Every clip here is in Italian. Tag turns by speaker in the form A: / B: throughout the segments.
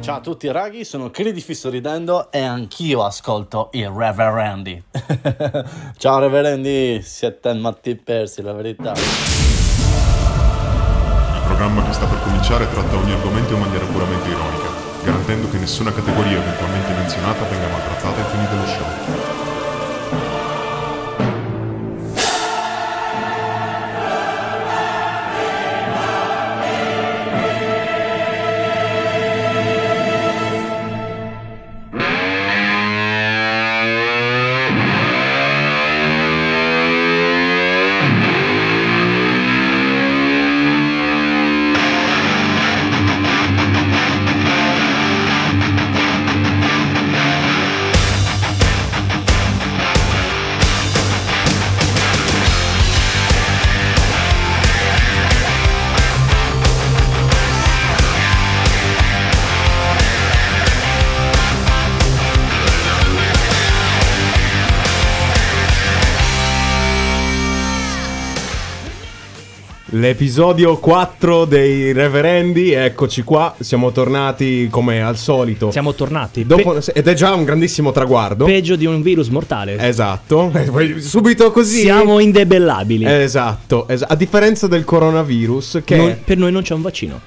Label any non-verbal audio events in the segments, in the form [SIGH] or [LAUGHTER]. A: Ciao a tutti raghi, sono Credifi Sorridendo e anch'io ascolto il Reverendi. [LAUGHS] Ciao Reverendi, siete matti persi, la verità.
B: Il programma che sta per cominciare tratta ogni argomento in maniera puramente ironica, garantendo che nessuna categoria eventualmente menzionata venga maltrattata ai fini dello show.
C: L'episodio 4 dei Reverendi, eccoci qua, siamo tornati come al solito.
D: Siamo tornati.
C: Dopo-
D: Pe-
C: ed è già un grandissimo traguardo.
D: peggio di un virus mortale. [LAUGHS]
C: esatto. Eh, poi Subito così.
D: Siamo indebellabili.
C: Esatto, es- a differenza del coronavirus, che Ah,
D: Non- per noi non c'è un vaccino.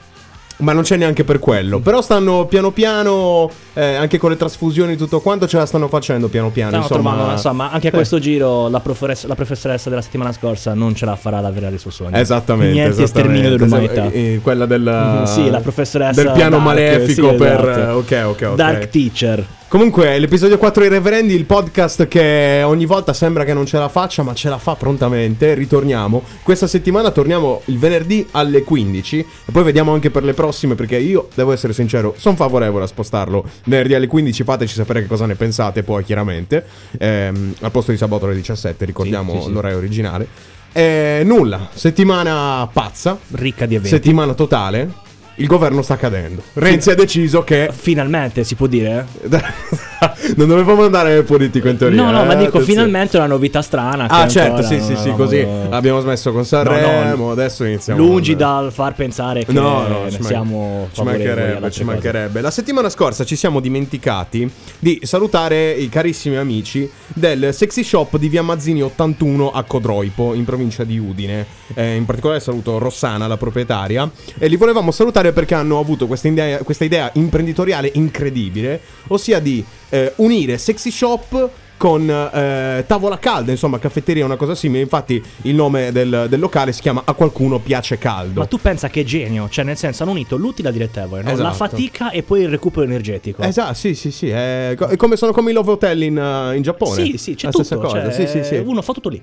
C: ma non c'è neanche per quello. Però stanno piano piano, eh, anche con le trasfusioni e tutto quanto, ce la stanno facendo piano piano.
D: Stanno
C: insomma,
D: trovando, insomma, anche a
C: Eh,
D: questo giro la, profores- la professoressa della settimana scorsa non ce la farà ad avere il suo sogno.
C: Eh, Esattamente.
D: Niente
C: esattamente.
D: sterminio dell'umanità.
C: Eh, eh, quella della.
D: Mhm, [LAUGHS] sì, la professoressa
C: Del piano
D: Dark,
C: malefico
D: sì,
C: per. eh,
D: esatto.
C: Ok, ok, ok.
D: Dark Teacher.
C: Comunque, l'episodio 4 dei Reverendi, il podcast che ogni volta sembra che non ce la faccia, ma ce la fa prontamente. Ritorniamo. Questa settimana torniamo il venerdì alle 15. E poi vediamo anche per le prossime, perché io, devo essere sincero, sono favorevole a spostarlo. Venerdì alle 15, fateci sapere che cosa ne pensate, poi chiaramente. Ehm, al posto di sabato alle 17, ricordiamo
D: Sì, sì, sì.
C: l'orario originale. Eh, nulla, settimana pazza,
D: Ricca di eventi.
C: settimana totale. Il governo sta cadendo. Renzi ha deciso che
D: Finalmente si può dire?
C: [LAUGHS] non dovevamo andare nel politico in teoria.
D: no,
C: eh,
D: no, ma dico
C: attenzione.
D: finalmente una novità strana. che
C: Ah,
D: ancora
C: certo, sì,
D: non
C: sì, sì,
D: avevamo-
C: così abbiamo smesso con Sanremo,
D: No, no,
C: adesso iniziamo.
D: Lungi
C: con-
D: dal far pensare che
C: No, no, ci man-
D: siamo
C: ci
D: favorevoli ad
C: mancherebbe,
D: altre
C: ci
D: cose.
C: mancherebbe. La settimana scorsa ci siamo dimenticati di salutare i carissimi amici del Sexy Shop di Via Mazzini 81 a Codroipo, in provincia di Udine. Eh, in particolare saluto Rossana, la proprietaria, e li volevamo salutare perché hanno avuto questa idea, questa idea imprenditoriale incredibile, ossia di eh, unire Sexy Shop con eh, tavola calda, insomma, caffetteria, una cosa simile. Infatti il nome del, del locale si chiama A qualcuno piace caldo.
D: Ma tu pensa che genio, cioè nel senso hanno unito l'utile al dilettevole, no? la
C: Esatto.
D: fatica e poi il recupero energetico.
C: Esatto, sì, sì, sì. È co- è come sono come i Love Hotel in, uh, in Giappone.
D: Sì, sì, c'è
C: La
D: tutto.
C: stessa cosa.
D: cioè,
C: sì, sì, sì.
D: Uno fa tutto lì.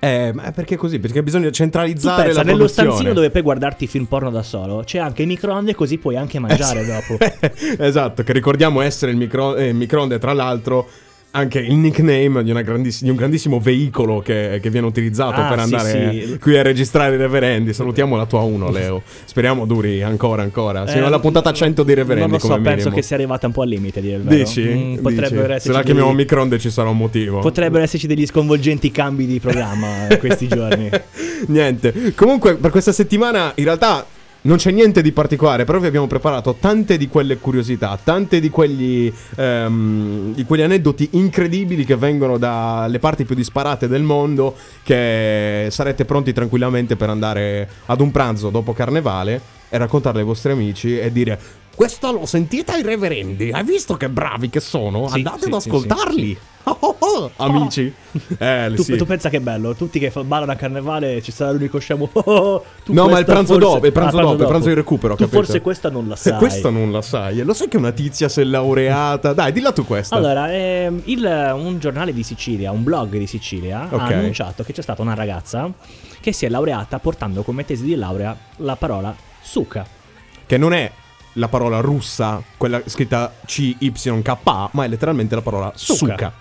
C: Eh, ma è perché così? Perché bisogna
D: Tu
C: centralizzare
D: pensa,
C: la
D: nello
C: produzione.
D: stanzino dove puoi guardarti film porno da solo, c'è anche il microonde così puoi anche mangiare
C: Eh, [LAUGHS] [LAUGHS]
D: dopo.
C: esatto, che ricordiamo essere il micro- eh, microonde, tra l'altro. Anche il nickname di, una grandiss- di un grandissimo veicolo che, che viene utilizzato
D: Ah,
C: per
D: sì,
C: andare
D: sì.
C: qui a registrare i reverendi. Salutiamo la tua 1, Leo. Speriamo duri ancora, ancora. Siamo
D: Eh,
C: alla puntata 100 dei reverendi.
D: Non lo so,
C: come
D: penso
C: minimo.
D: che sia arrivata un po' al limite di
C: Dici? Dici?
D: Mm, potrebbero
C: Se la
D: esserci
C: chiamiamo
D: degli-
C: microonde ci sarà un motivo.
D: potrebbero esserci degli sconvolgenti cambi di programma in questi giorni.
C: [LAUGHS] Niente. Comunque, per questa settimana in realtà non c'è niente di particolare, però vi abbiamo preparato tante di quelle curiosità, tante di quegli, ehm, di quegli aneddoti incredibili che vengono dalle parti più disparate del mondo, che sarete pronti tranquillamente per andare ad un pranzo dopo carnevale e raccontarle ai vostri amici e dire... Questa l'ho sentita ai reverendi, hai visto che bravi che sono?
D: Sì,
C: Andate
D: sì,
C: ad
D: sì,
C: ascoltarli, [LAUGHS] Oh, oh, oh, amici. Eh,
D: tu,
C: sì.
D: tu pensa che è bello, tutti che fa- ballano a carnevale ci sarà l'unico scemo. [LAUGHS] "Oh, oh, tu
C: No, ma
D: questa
C: il pranzo
D: forse-
C: dopo, il pranzo
D: Ah,
C: dopo, il pranzo di recupero,
D: Tu
C: capito?
D: forse questa non la
C: Se [LAUGHS]
D: sai.
C: Questa non la sai. Lo sai che una tizia si è laureata. Dai, dilla tu questa.
D: Allora, ehm, il- un giornale di Sicilia, un blog di Sicilia,
C: Ok.
D: ha annunciato che c'è stata una ragazza che si è laureata portando come tesi di laurea la parola suca. Cioè,
C: Che non è la parola russa, quella scritta CYK, ma è letteralmente la parola
D: Suca.
C: suca.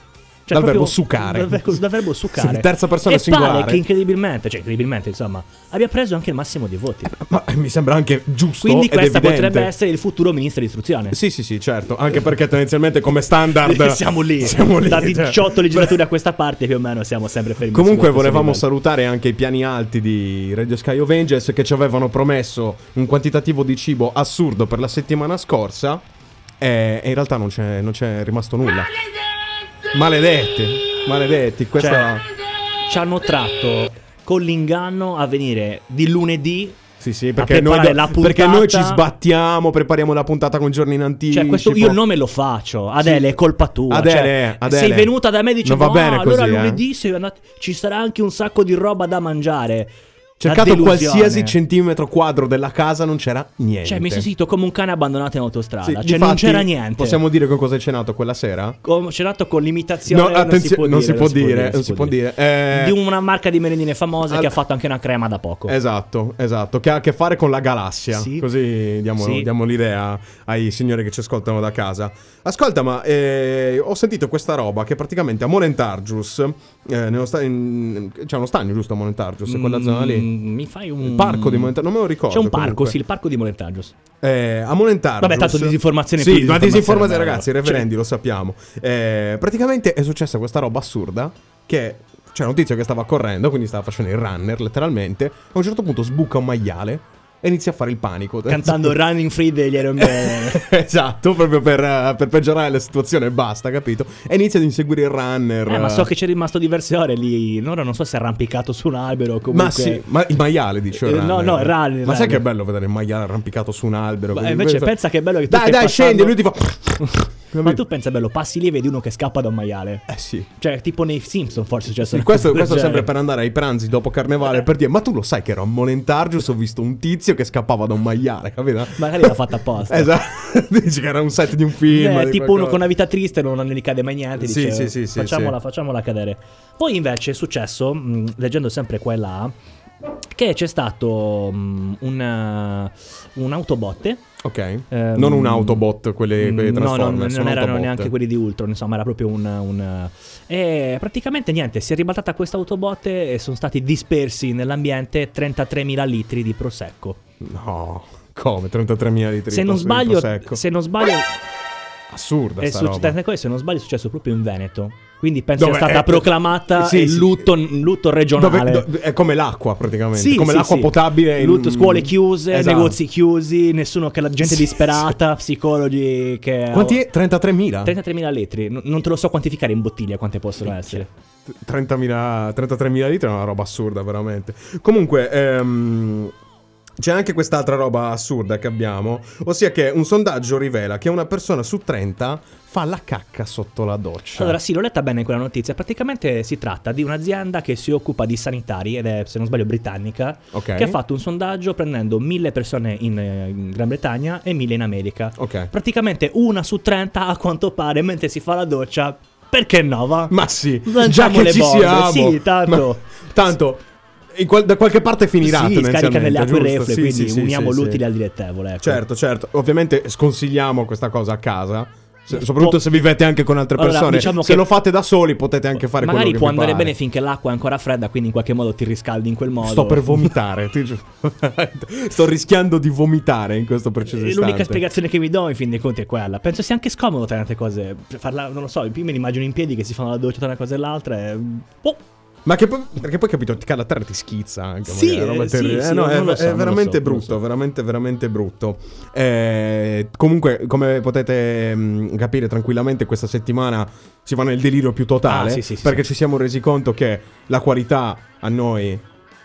D: Cioè,
C: dal
D: proprio
C: verbo succare.
D: Dal, ver- dal verbo succare.
C: Sì, terza persona
D: e
C: singolare.
D: Pare che incredibilmente, cioè incredibilmente insomma, abbia preso anche il massimo dei voti.
C: Ma eh, mi sembra anche giusto.
D: Quindi
C: ed
D: questa
C: evidente.
D: potrebbe essere il futuro ministro di istruzione.
C: Sì, sì, sì, certo. Anche perché tendenzialmente come standard.
D: [LAUGHS] siamo lì.
C: Siamo lì.
D: Da
C: cioè.
D: 18 legislature a questa parte più o meno siamo sempre fermi.
C: Comunque
D: su questo
C: volevamo
D: livello.
C: salutare anche i piani alti di Radio Sky Avengers che ci avevano promesso un quantitativo di cibo assurdo per la settimana scorsa. eh, e in realtà non c'è, non c'è rimasto nulla. Maledetti, maledetti, questa...
D: Cioè, Ci hanno tratto con l'inganno a venire di lunedì.
C: sì, sì,
D: a
C: perché noi,
D: preparare la puntata.
C: perché noi ci sbattiamo, prepariamo la puntata con giorni in anticipo.
D: Cioè, questo io il nome lo faccio. Adele,
C: Sì.
D: è colpa tua.
C: Adele,
D: Cioè,
C: Adele.
D: Sei venuta da me e dici:
C: Non va
D: "No,
C: bene
D: allora
C: così, eh."
D: lunedì sei andat- ci sarà anche un sacco di roba da mangiare.
C: Cercato
D: La delusione.
C: qualsiasi centimetro quadro della casa, non c'era niente.
D: Cioè, mi sono sentito come un cane abbandonato in autostrada.
C: Sì,
D: cioè, non
C: difatti,
D: c'era niente.
C: Possiamo dire che cosa hai cenato quella sera?
D: Com- c'è nato con l'imitazione.
C: No, attenzione, non si può dire, non si può dire. Eh,
D: Di una marca di merendine famosa
C: al-
D: che ha fatto anche una crema da poco.
C: Esatto, esatto, che ha a che fare con la galassia.
D: Ecco. Sì.
C: Così diamo,
D: Sì.
C: diamo l'idea ai signori che ci ascoltano da casa. Ascolta, ma eh, ho sentito questa roba che praticamente a Molentargius, eh, nello sta- in- c'è uno stagno giusto a Molentargius, in quella zona lì.
D: Mm, Mi fai un.
C: Il parco di Molentargius, non me lo ricordo.
D: C'è un parco,
C: comunque.
D: sì, il parco di Molentargius.
C: Eh, a Molentargius.
D: Vabbè, tanto disinformazione
C: Sì,
D: più
C: ma
D: disinformazione,
C: disinformazione,
D: bello.
C: ragazzi, reverendi, lo sappiamo. Eh, praticamente è successa questa roba assurda che c'era un tizio che stava correndo, quindi stava facendo il runner letteralmente. A un certo punto sbuca un maiale e inizia a fare il panico. [LAUGHS]
D: Cantando Running Free degli Iron Man. Eh,
C: esatto, proprio per, eh, per peggiorare la situazione e basta, capito? E inizia ad inseguire il runner.
D: Eh, ma so
C: eh.
D: che c'è rimasto diverse ore lì. Allora non so se è arrampicato su un albero. o Comunque.
C: Ma sì, ma il maiale dice.
D: Eh, no, no, il runner,
C: Ma sai
D: runner.
C: che bello vedere il maiale arrampicato su un albero?
D: Ma
C: così.
D: invece pensa che è bello che tu
C: Dai,
D: stai
C: dai, scendi,
D: passando-
C: lui ti fa.
D: [LAUGHS] Ma tu pensa, bello, passi lì e vedi uno che scappa da un maiale.
C: [LAUGHS] Eh sì.
D: Cioè, tipo nei Simpson, forse è successo.
C: Sì,
D: una
C: questo,
D: cosa del
C: questo sempre
D: genere.
C: per andare ai pranzi dopo carnevale per dire ma tu lo sai che ero a Molentargius ho visto un tizio che scappava da un maiale capito?
D: Magari
C: [LAUGHS]
D: l'ha fatta apposta.
C: esatto [LAUGHS] dici che era un set di un film
D: Eh,
C: di
D: tipo
C: qualcosa.
D: uno con una vita triste non ne ricade mai niente.
C: Sì,
D: Dice,
C: sì, sì, sì,
D: facciamola,
C: sì.
D: facciamola cadere. Poi invece è successo, mh, leggendo sempre qua e là, che c'è stato mh, un, eh, un autobotte.
C: ok
D: ehm,
C: non un autobot quelle, quelle
D: no, no,
C: Transformers
D: non,
C: sono
D: erano
C: Autobot.
D: neanche quelli di Ultron, insomma, era proprio un... un- uh, e praticamente niente, si è ribaltata questa autobotte e sono stati dispersi nell'ambiente 33.000 litri di prosecco.
C: no come 33.000 litri
D: Se
C: di pos-
D: non
C: di
D: sbaglio,
C: prosecco.
D: se non sbaglio,
C: assurda
D: è
C: sta
D: succe-
C: roba.
D: tante cose, se non sbaglio, è successo proprio in Veneto. Quindi penso
C: Dove
D: sia stata
C: è- Eh,
D: proclamata
C: sì,
D: il
C: sì.
D: lutto, lutto regionale.
C: Dove- do- è come l'acqua praticamente
D: Sì,
C: come
D: sì,
C: l'acqua
D: sì.
C: potabile in-
D: Lutto, scuole chiuse,
C: Esatto.
D: negozi chiusi, nessuno che la gente
C: Sì,
D: disperata, psicologi che
C: quanti è? 33.000
D: 33.000 litri, N- non te lo so quantificare in bottiglia quante possono essere.
C: 30.000 33.000 litri è una roba assurda, veramente. Comunque, ehm, c'è anche quest'altra roba assurda che abbiamo, ossia che un sondaggio rivela che una persona su 30 fa la cacca sotto la doccia.
D: Allora, sì, l'ho letta bene quella notizia. Praticamente si tratta di un'azienda che si occupa di sanitari ed è, se non sbaglio, britannica.
C: Ok.
D: Che ha fatto un sondaggio prendendo mille persone in, eh, in Gran Bretagna e mille in America.
C: Ok.
D: Praticamente una su 30 a quanto pare mentre si fa la doccia. Perché no, va?
C: Ma sì,
D: Lanciamo
C: già che
D: le
C: ci
D: bombe,
C: siamo.
D: sì, tanto.
C: Ma- tanto, in qual- da qualche parte finirà
D: sì, scarica
C: tendenzialmente,
D: nelle acque
C: giusto?
D: reflue,
C: Sì, sì,
D: quindi
C: sì,
D: uniamo
C: sì,
D: l'utile
C: sì.
D: al dilettevole. ecco.
C: Certo, certo. Ovviamente sconsigliamo questa cosa a casa. se- soprattutto se vivete anche con altre
D: Allora,
C: persone.
D: diciamo
C: se
D: che-
C: lo fate da soli potete anche fare quello
D: Magari
C: che
D: può
C: vi
D: andare
C: pare.
D: bene finché l'acqua è ancora fredda, quindi in qualche modo ti riscaldi in quel modo.
C: Sto
D: [LAUGHS]
C: per vomitare, ti giuro. [LAUGHS] Sto rischiando di vomitare in questo preciso
D: E
C: istante.
D: L'unica spiegazione che mi do in fin dei conti è quella. Penso sia anche scomodo tante cose. Per Farla, non lo so, più me li immagino in piedi che si fanno la doccia tra una cosa e l'altra. E... Oh,
C: Ma che poi, perché poi capito, ti cade la terra e ti schizza anche.
D: Sì,
C: magari, roba
D: eh,
C: terribile.
D: sì,
C: Eh,
D: sì,
C: no,
D: non
C: è,
D: lo so,
C: è
D: non lo
C: veramente
D: so, non lo
C: brutto,
D: so.
C: veramente, veramente brutto. Eh, comunque, come potete mh, capire tranquillamente, questa settimana si va nel delirio più totale.
D: Ah, sì, sì, sì,
C: perché
D: sì.
C: ci siamo resi conto che la qualità a noi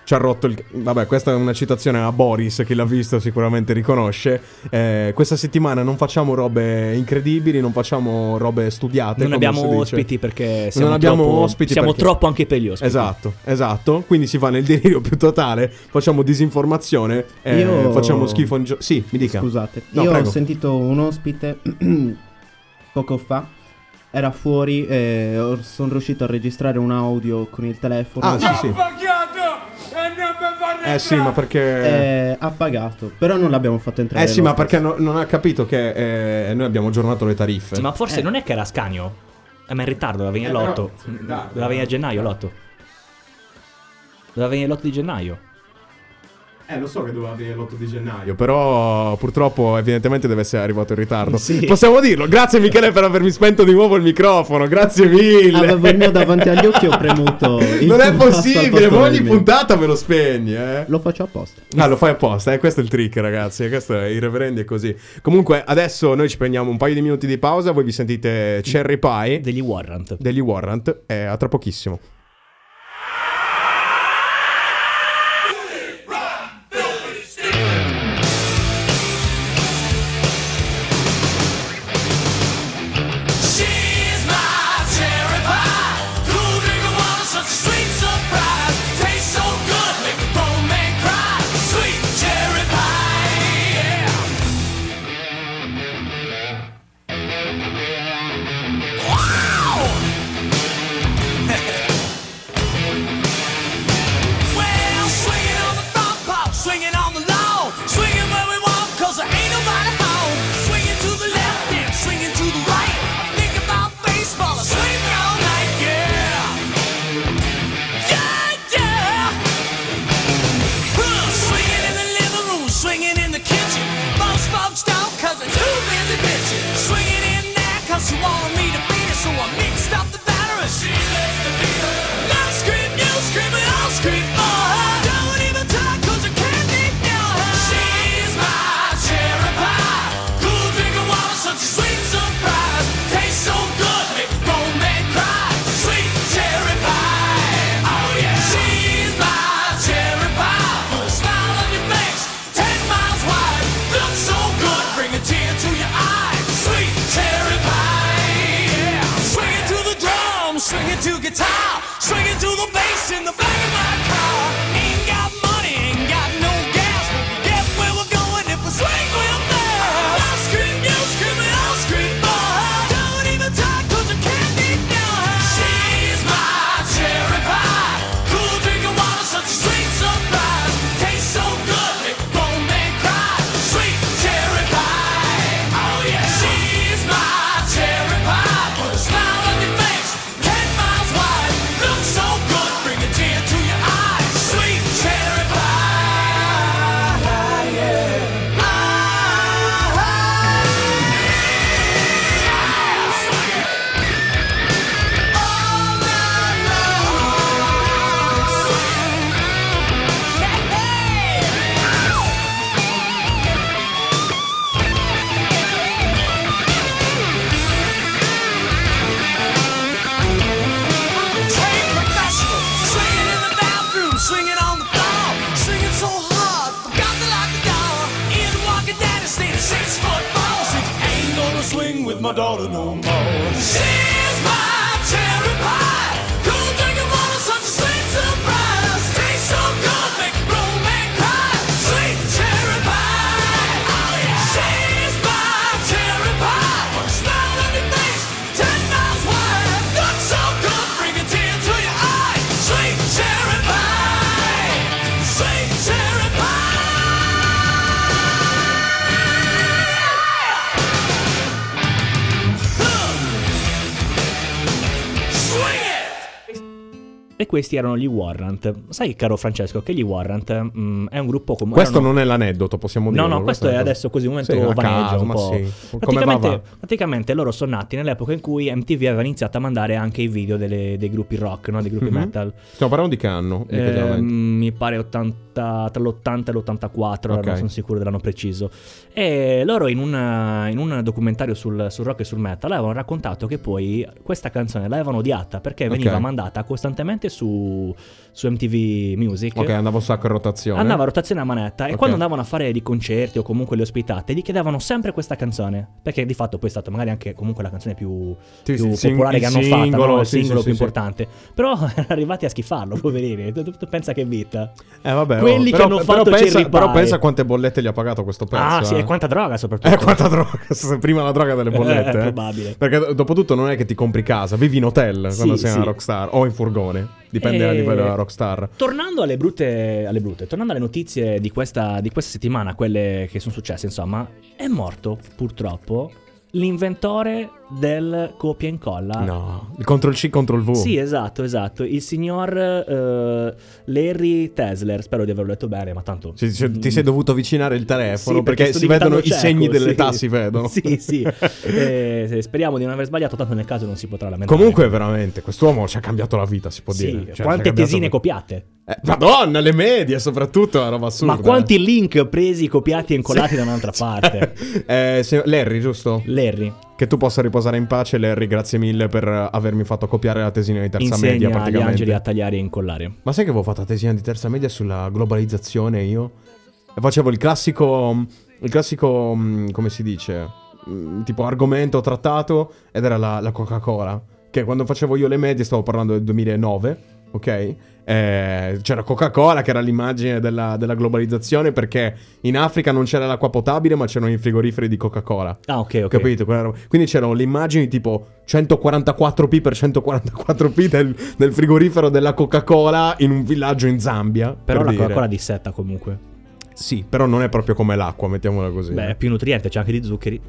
C: ci ha rotto il. Vabbè, questa è una citazione a Boris, chi l'ha visto sicuramente riconosce. Eh, questa settimana non facciamo robe incredibili, non facciamo robe studiate.
D: non
C: come si
D: abbiamo
C: dice.
D: ospiti perché siamo
C: non abbiamo
D: troppo,
C: ospiti
D: Siamo
C: perché-
D: troppo anche per gli ospiti.
C: Esatto, esatto. Quindi si va nel [LAUGHS] delirio più totale, facciamo disinformazione, eh,
E: Io-
C: facciamo schifo in gio- Sì, mi dica.
E: Scusate,
C: No,
E: io
C: prego.
E: ho sentito un ospite [CLEARS THROAT] poco fa. Era fuori e sono riuscito a registrare un audio con il telefono.
C: Ah, sì, sì. Eh sì, ma perché... Eh...
E: Eh, ha pagato, però non l'abbiamo fatto entrare.
C: sì, ma
E: l'ospite.
C: perché no- non ha capito che eh, noi abbiamo aggiornato le tariffe.
D: Ma forse
E: Eh.
D: non è che era Scanio. Eh, ma è in ritardo, doveva venire
C: Eh, però-
D: l'8.
C: in ritardo.
D: Doveva venire a gennaio l'8. Doveva venire l'8 di gennaio.
F: Eh, lo so che doveva venire l'8 di gennaio.
C: Però purtroppo evidentemente deve essere arrivato in ritardo.
D: Sì.
C: Possiamo dirlo. Grazie Michele per avermi spento di nuovo il microfono. Grazie mille.
D: Ah,
E: Avevo il mio davanti agli
C: [LAUGHS]
E: occhi e ho premuto il
C: Non è
E: tasto al
C: possibile,
E: posto
C: ma ogni
E: del mio.
C: puntata me lo spegni, eh.
E: Lo faccio apposta.
C: Ah, lo fai apposta, eh? questo è il trick, ragazzi. Questo è i reverendi è così. Comunque, adesso noi ci prendiamo un paio di minuti di pausa. Voi vi sentite Cherry Pie
D: Degli Warrant.
C: degli Warrant. E a tra pochissimo.
G: She's my cherry pie. Cool drinking water, such a sweet surprise. Tastes so good, make a grown man cry. Sweet cherry pie, yeah. Wow! Well, swinging on the front porch, swinging on the lawn, swinging where we want, cause there ain't nobody home. Swinging to the left and swinging to the right. I think about baseball, I swing all night, yeah. Yeah, yeah. Huh, Swinging in the living room, swinging in the kitchen. Most folks don't, cause they're too busy bitching. Swinging in there, cause you wanted me to beat her, so I mixed up the batter and she left the beater. I scream, you scream, and I'll scream for her. Don't even talk, cause I can't ignore her. She's my cherry pie. Cool drink of water, such a sweet surprise. Tastes so good, make a grown man cry. Sweet cherry pie. Oh yeah. She's my cherry pie. Put a smile on your face, ten miles wide. Looks so good, bring a tear to your eye. Sweet cherry pie. Yeah. Swing it to the drum, swing it to guitar, swing it to the bass in the back of my car. Ain't got money, ain't got no gas, but we get where we're going if we swing real fast. I scream, you scream, and I'll scream for her. Don't even talk, 'cause I can't ignore her. She's my cherry pie. Cool drink of water, such a sweet surprise. Tastes so good, make a grown man cry. Sweet cherry pie. Oh yeah, she's my cherry pie. Put a smile on your face, ten miles wide. Looks so good, bring a tear to your eye. Sweet cherry pie. Ah, Yeah. Ah, Trained professional, swinging in the bathroom, swinging on the floor, swinging so hard, forgot to lock the door. In walking down the stairs, six foot four, said, ain't gonna swing with my daughter no more. She's my cherry pie, cool drinking water, such a sweet surprise. Tastes so good, make a grown man cry. Sweet cherry pie, oh yeah. She's my cherry pie, put a smile on your face, ten miles wide. Looks so good, bring a tear to your eye. Sweet cherry pie, sweet cherry pie. Swing it.
D: E questi erano gli Warrant. Sai, caro Francesco, che gli Warrant mm, è un gruppo comunque.
C: Questo non è l'aneddoto, possiamo
D: No,
C: dirlo.
D: no, questo è
C: una cosa-
D: adesso così un momento
C: Sì, a
D: vaneggio
C: caso,
D: un
C: ma sì.
D: po'.
C: Come va,
D: Praticamente,
C: va.
D: praticamente loro sono nati nell'epoca in cui MTV aveva iniziato a mandare anche i video delle- dei gruppi rock, no? dei gruppi
C: Mhm.
D: metal.
C: Stiamo parlando di che anno? di che
D: Eh,
C: giornata?
D: mi pare 80, tra l'80 e l'84,
C: Ok.
D: non sono sicuro dell'anno preciso. E loro in, una- in un documentario sul, sul rock e sul metal avevano raccontato che poi questa canzone l'avevano odiata perché
C: Ok.
D: veniva mandata costantemente su, su MTV Music.
C: Ok, andavo un sacco in rotazione.
D: Andava a rotazione a manetta
C: Cioè,
D: e
C: eh? Ok.
D: quando andavano a fare dei concerti o comunque le ospitate gli chiedevano sempre questa canzone perché di fatto poi è stata magari anche comunque la canzone più,
C: Sì, sì,
D: più
C: il sing-
D: popolare
C: il
D: che hanno fatto,
C: singolo,
D: no? il
C: sì, sì,
D: singolo
C: sì,
D: più
C: sì.
D: importante però [LAUGHS] erano arrivati a schifarlo poverini tu, tu- tu pensa che vita
C: Eh, vabbè,
D: Quelli che
C: però,
D: hanno
C: però
D: fatto
C: pensa,
D: Cherry
C: però
D: Pie.
C: pensa quante bollette gli ha pagato questo pezzo.
D: ah sì
C: eh.
D: e quanta droga soprattutto
C: [LAUGHS] Eh, quanta droga. [LAUGHS] se Prima la droga delle bollette.
D: Eh,
C: eh.
D: probabile.
C: Perché do- dopo tutto non è che ti compri casa, vivi in hotel
D: Sì,
C: quando sei
D: sì.
C: una rockstar o in furgone. Dipende dal
D: Eh,
C: livello della rockstar.
D: Tornando alle brutte, alle brutte, tornando alle notizie di questa, di questa settimana, quelle che sono successe, insomma, è morto purtroppo l'inventore del copia e incolla.
C: No, il Ctrl C, Ctrl V.
D: ah. Sì, esatto, esatto. Il signor eh, Larry Tesler, spero di averlo detto bene, ma tanto...
C: Cioè, cioè, ti sei dovuto avvicinare il telefono
D: mm. Sì,
C: perché,
D: sto
C: si vedono i
D: diventando
C: segni
D: cieco,
C: dell'età,
D: sì.
C: si vedono.
D: [LAUGHS]
C: [LAUGHS]
D: Sì, sì. Eh, se- speriamo di non aver sbagliato, tanto nel caso non si potrà lamentare.
C: Comunque, veramente, quest'uomo ci ha cambiato la vita, si può
D: Sì,
C: dire. Cioè, ci ha
D: quante
C: cambiato-
D: tesine copiate?
C: Eh, Madonna, le medie soprattutto, è una roba assurda. eh.
D: Ma quanti link presi, copiati e incollati da
C: [LAUGHS]
D: un'altra parte?
C: Eh, se- Larry, giusto?
D: Larry,
C: Che tu possa riposare in pace, Larry, grazie mille per eh, avermi fatto copiare la tesina di terza media,
D: insegna agli
C: praticamente.
D: angeli a tagliare e incollare.
C: Ma sai che avevo fatto la tesina di terza media sulla globalizzazione io? E facevo il classico. Il classico. mm, come si dice? Mm, Tipo argomento trattato ed era la, la Coca-Cola. Che quando facevo io le medie stavo parlando del 2009, ok? Eh, c'era Coca-Cola che era l'immagine della, della globalizzazione perché in Africa non c'era l'acqua potabile ma c'erano i frigoriferi di Coca-Cola.
D: Ah, ok, ok.
C: Capito? Quella roba. Quindi c'erano le immagini tipo 144p per 144p del, del frigorifero della Coca-Cola in un villaggio in Zambia.
D: Però
C: per
D: la
C: dire.
D: Coca-Cola dissetta comunque.
C: Sì, però non è proprio come l'acqua, mettiamola così. eh.
D: Beh, è più nutriente, c'è anche di zuccheri.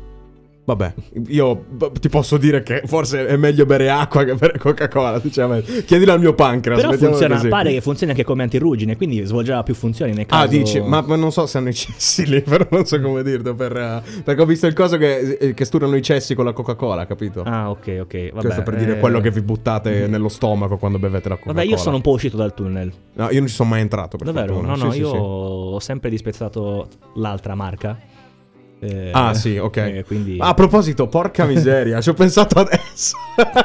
C: Vabbè, io b- ti posso dire che forse è meglio bere acqua che bere Coca-Cola, sinceramente. Chiedilo al mio pancreas.
D: Però
C: mettiamola
D: funziona,
C: così.
D: pare che funzioni anche come antirugine, quindi svolgerà più funzioni nel caso.
C: Ah, dici, ma, ma non so se hanno i cessi lì, [LAUGHS] però non so come dirlo, per, eh, perché ho visto il coso che, eh, che sturano i cessi con la Coca-Cola, capito?
D: Ah, ok, ok. Vabbè,
C: Questo Cioè, per dire
D: eh,
C: quello che vi buttate nello stomaco quando bevete la Coca-Cola.
D: Vabbè, io sono un po' uscito dal tunnel.
C: No, io non ci sono mai entrato, per
D: Davvero?
C: fortuna.
D: No, no,
C: Sì, sì,
D: io
C: sì.
D: ho sempre disprezzato l'altra marca. Eh,
C: Ah, sì, ok.
D: eh, quindi...
C: Ah, A proposito, porca miseria, ci ho pensato adesso. [LAUGHS]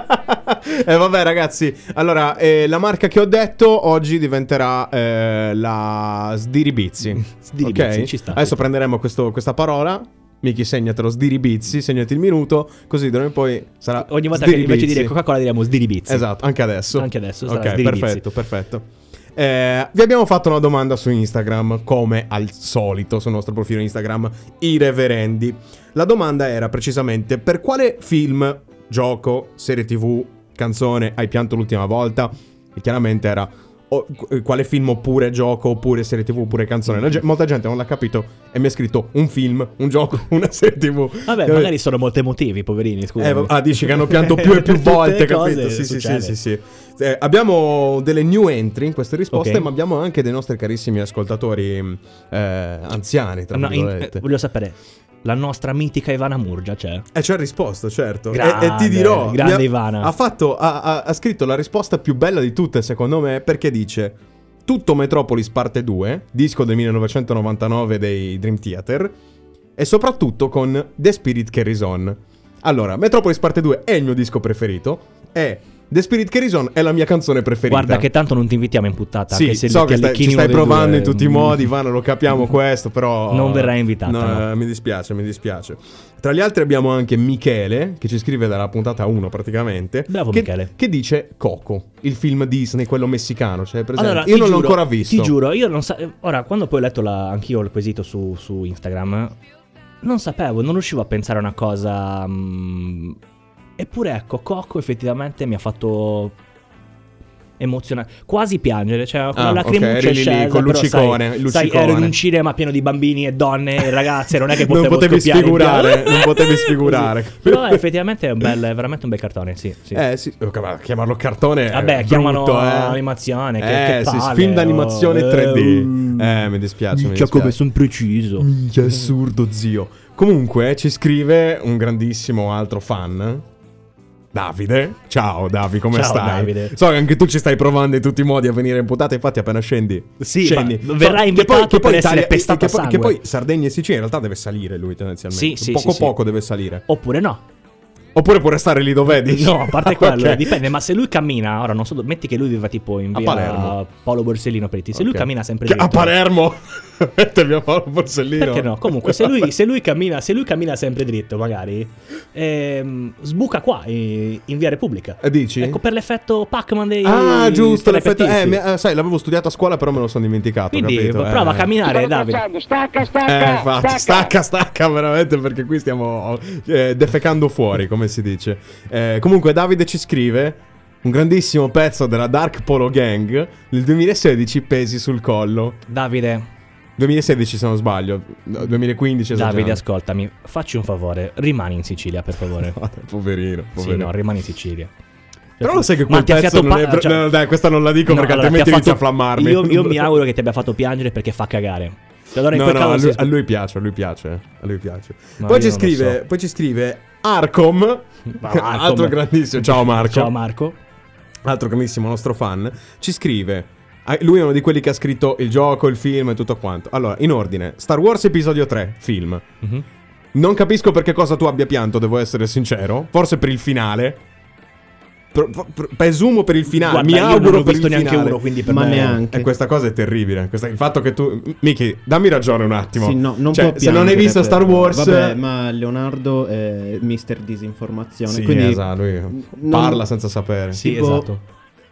C: E vabbè, ragazzi. Allora, eh, la marca che ho detto oggi diventerà eh, la Sdiribizzi.
D: [LAUGHS] Sdiribizzi,
C: Ok?
D: ci sta.
C: Adesso prenderemo questo- questa parola. Miki, segnatelo Sdiribizzi, segnati il minuto, così da noi poi sarà
D: Ogni volta che invece
C: Sdiribizzi.
D: di dire Coca-Cola diremo sdiribizzi.
C: Esatto, anche adesso.
D: Anche adesso sarà
C: Ok,
D: sdiribizzi.
C: perfetto, perfetto. Eh, vi abbiamo fatto una domanda su Instagram, come al solito, sul nostro profilo Instagram, i reverendi. La domanda era precisamente per quale film, gioco, serie tv, canzone hai pianto l'ultima volta? E chiaramente era o- qu- quale film oppure gioco oppure serie tv oppure canzone. La ge- molta gente non l'ha capito e mi ha scritto un film, un gioco, [LAUGHS] una serie tv.
D: Vabbè,
C: Eh,
D: magari sono molti motivi, poverini, scusa.
C: eh, va- ah, dici che
D: [LAUGHS]
C: hanno pianto più e più
D: Tutte le
C: volte,
D: cose
C: capito? Sì, sì, sì,
D: succede.
C: sì, sì. Eh, abbiamo delle new entry in queste risposte,
D: Ok.
C: ma abbiamo anche dei nostri carissimi ascoltatori mh, eh, anziani, tra
D: No, in-
C: virgolette.
D: eh, voglio sapere, la nostra mitica Ivana Murgia c'è?
C: E Eh, ci ha risposto, certo. E- e,
D: Grande,
C: ti dirò:
D: grande
C: mi ha-
D: Ivana.
C: Ha, fatto, ha, ha- ha scritto la risposta più bella di tutte, secondo me, perché dice: Tutto Metropolis parte 2, disco del 1999 dei Dream Theater, e soprattutto con The Spirit Carries On. Allora, Metropolis parte 2 è il mio disco preferito, e The Spirit Carries On è la mia canzone preferita.
D: Guarda che tanto non ti invitiamo in puttata.
C: Sì,
D: che se
C: so
D: Lucky
C: che stai,
D: Alecchini
C: ci stai
D: uno dei
C: provando
D: due-
C: in tutti i modi, Ivana, lo
D: [LAUGHS]
C: capiamo questo, però...
D: Non verrà invitata, no.
C: Mi dispiace, mi dispiace. Tra gli altri abbiamo anche Michele, che ci scrive dalla puntata 1 praticamente.
D: Bravo,
C: che,
D: Michele.
C: Che dice Coco, il film Disney, quello messicano, cioè presente?
D: Allora,
C: Io
D: ti
C: non l'ho
D: giuro,
C: ancora visto.
D: Ti giuro, io non sa- Ora, quando poi ho letto la- anch'io il quesito su, su Instagram, non sapevo, non riuscivo a pensare a una cosa. mm, Eppure, ecco, Coco effettivamente mi ha fatto emozionare, quasi piangere. Cioè,
C: Ah,
D: la lacrimuccia
C: ok,
D: è
C: eri lì
D: scesa,
C: col
D: però,
C: luccicone,
D: sai,
C: il
D: sai,
C: luccicone.
D: ero in un cinema pieno di bambini e donne e ragazze, non è che
C: Non
D: potevo
C: potevi
D: scoppiare in
C: sfigurare,
D: piangere.
C: non
D: [LAUGHS]
C: potevi sfigurare.
D: Così. Però effettivamente è, un bel, è veramente un bel cartone, sì. sì.
C: Eh sì, oh, cavolo, chiamarlo cartone. è
D: Vabbè,
C: brutto,
D: chiamano
C: eh.
D: animazione, che-
C: eh,
D: che
C: sì,
D: palle,
C: film d'animazione
D: oh.
C: 3D. Eh, mi dispiace. mi
D: Minchia, come
C: dispiace.
D: sono preciso.
C: Minchia, è assurdo, zio. Comunque, eh, ci scrive un grandissimo altro fan. Davide, ciao Davide, come
D: Ciao,
C: stai?
D: Davide.
C: So che anche tu ci stai provando in tutti i modi a venire in puntata, infatti appena scendi,
D: Sì,
C: scendi.
D: ma verrà invitato per essere
C: che,
D: pestato a
C: poi, che
D: sangue.
C: poi Sardegna e Sicilia in realtà deve salire lui tendenzialmente.
D: Sì, sì,
C: poco
D: sì, sì.
C: poco deve salire.
D: Oppure no.
C: Oppure può restare lì dove è, dici?
D: No, a parte quello,
C: Eh, [LAUGHS] Ok.
D: dipende, ma se lui cammina, ora non so, do- metti che lui viveva tipo in
C: A Palermo.
D: via Paolo Borsellino per Se lui
C: Ok.
D: cammina sempre
C: Che- a
D: dritto.
C: Palermo. [LAUGHS] Mettermi a Paolo Borsellino.
D: Perché no? Comunque, se
C: [LAUGHS]
D: lui, se lui cammina, se lui cammina sempre dritto, magari ehm, sbuca qua eh, in via Repubblica.
C: Eh, Dici?
D: Ecco per l'effetto Pac-Man dei
C: Ah, giusto, l'effetto.
D: telepetisti.
C: Eh, mi- eh, sai, l'avevo studiato a scuola, però me lo sono dimenticato.
D: Quindi
C: capito?
D: prova
C: Eh.
D: a camminare, Davide.
H: Stacca,
C: Eh,
H: stacca.
C: infatti, stacca, stacca, veramente, perché qui stiamo eh, defecando fuori, come si dice. Eh, comunque, Davide ci scrive. Un grandissimo pezzo della Dark Polo Gang del 2016 pesi sul collo.
D: Davide,
C: 2016 se non sbaglio, No, 2015
D: Davide,
C: [LAUGHS] esagerando.
D: ascoltami, facci un favore, rimani in Sicilia, per
C: [LAUGHS]
D: favore.
C: Ah, Poverino,
D: Sì,
C: Oh, poverino.
D: no, rimani in Sicilia.
C: Però lo sai che
D: Ma
C: quel
D: ti ha
C: pezzo
D: fatto
C: non
D: pa-
C: è... vero-
D: cioè-
C: no, dai, questa non la dico
D: No,
C: perché
D: allora, ti
C: altrimenti
D: ha
C: inizia a
D: fatto-
C: flammarmi.
D: Io, io
C: [LAUGHS]
D: mi auguro che ti abbia fatto piangere perché fa cagare. Cioè, Allora, in
C: No,
D: quel
C: no,
D: caso
C: a lui,
D: si-
C: a lui piace, a lui piace, a lui piace.
D: Ma
C: Poi
D: io
C: ci,
D: non lo
C: scrive,
D: so.
C: poi ci scrive Arcom, [LAUGHS]
D: Ma Marco-
C: altro grandissimo, ciao Marco,
D: Ciao Marco.
C: altro grandissimo nostro fan, ci scrive, ah, lui è uno di quelli che ha scritto il gioco, il film e tutto quanto. Allora, in ordine, Star Wars episodio 3, film.
D: Mhm.
C: Non capisco perché cosa tu abbia pianto, devo essere sincero, forse per il finale. Pro- pro- pro- presumo per il finale,
D: Guarda,
C: mi
D: io non
C: auguro
D: ho
C: per
D: visto
C: il
D: neanche
C: finale.
D: uno, quindi per
E: Ma
D: me-
E: neanche.
C: E questa cosa è terribile. questa- il fatto che tu. Miki, dammi ragione un attimo.
E: Sì, no, non
C: Cioè,
E: può
C: se non hai
E: piangere
C: visto
E: per-
C: Star Wars.
E: Vabbè, ma Leonardo è mister disinformazione.
C: Sì,
E: quindi
C: esatto, lui
E: non-
C: parla senza sapere.
D: Sì,
E: Tipo-
D: esatto.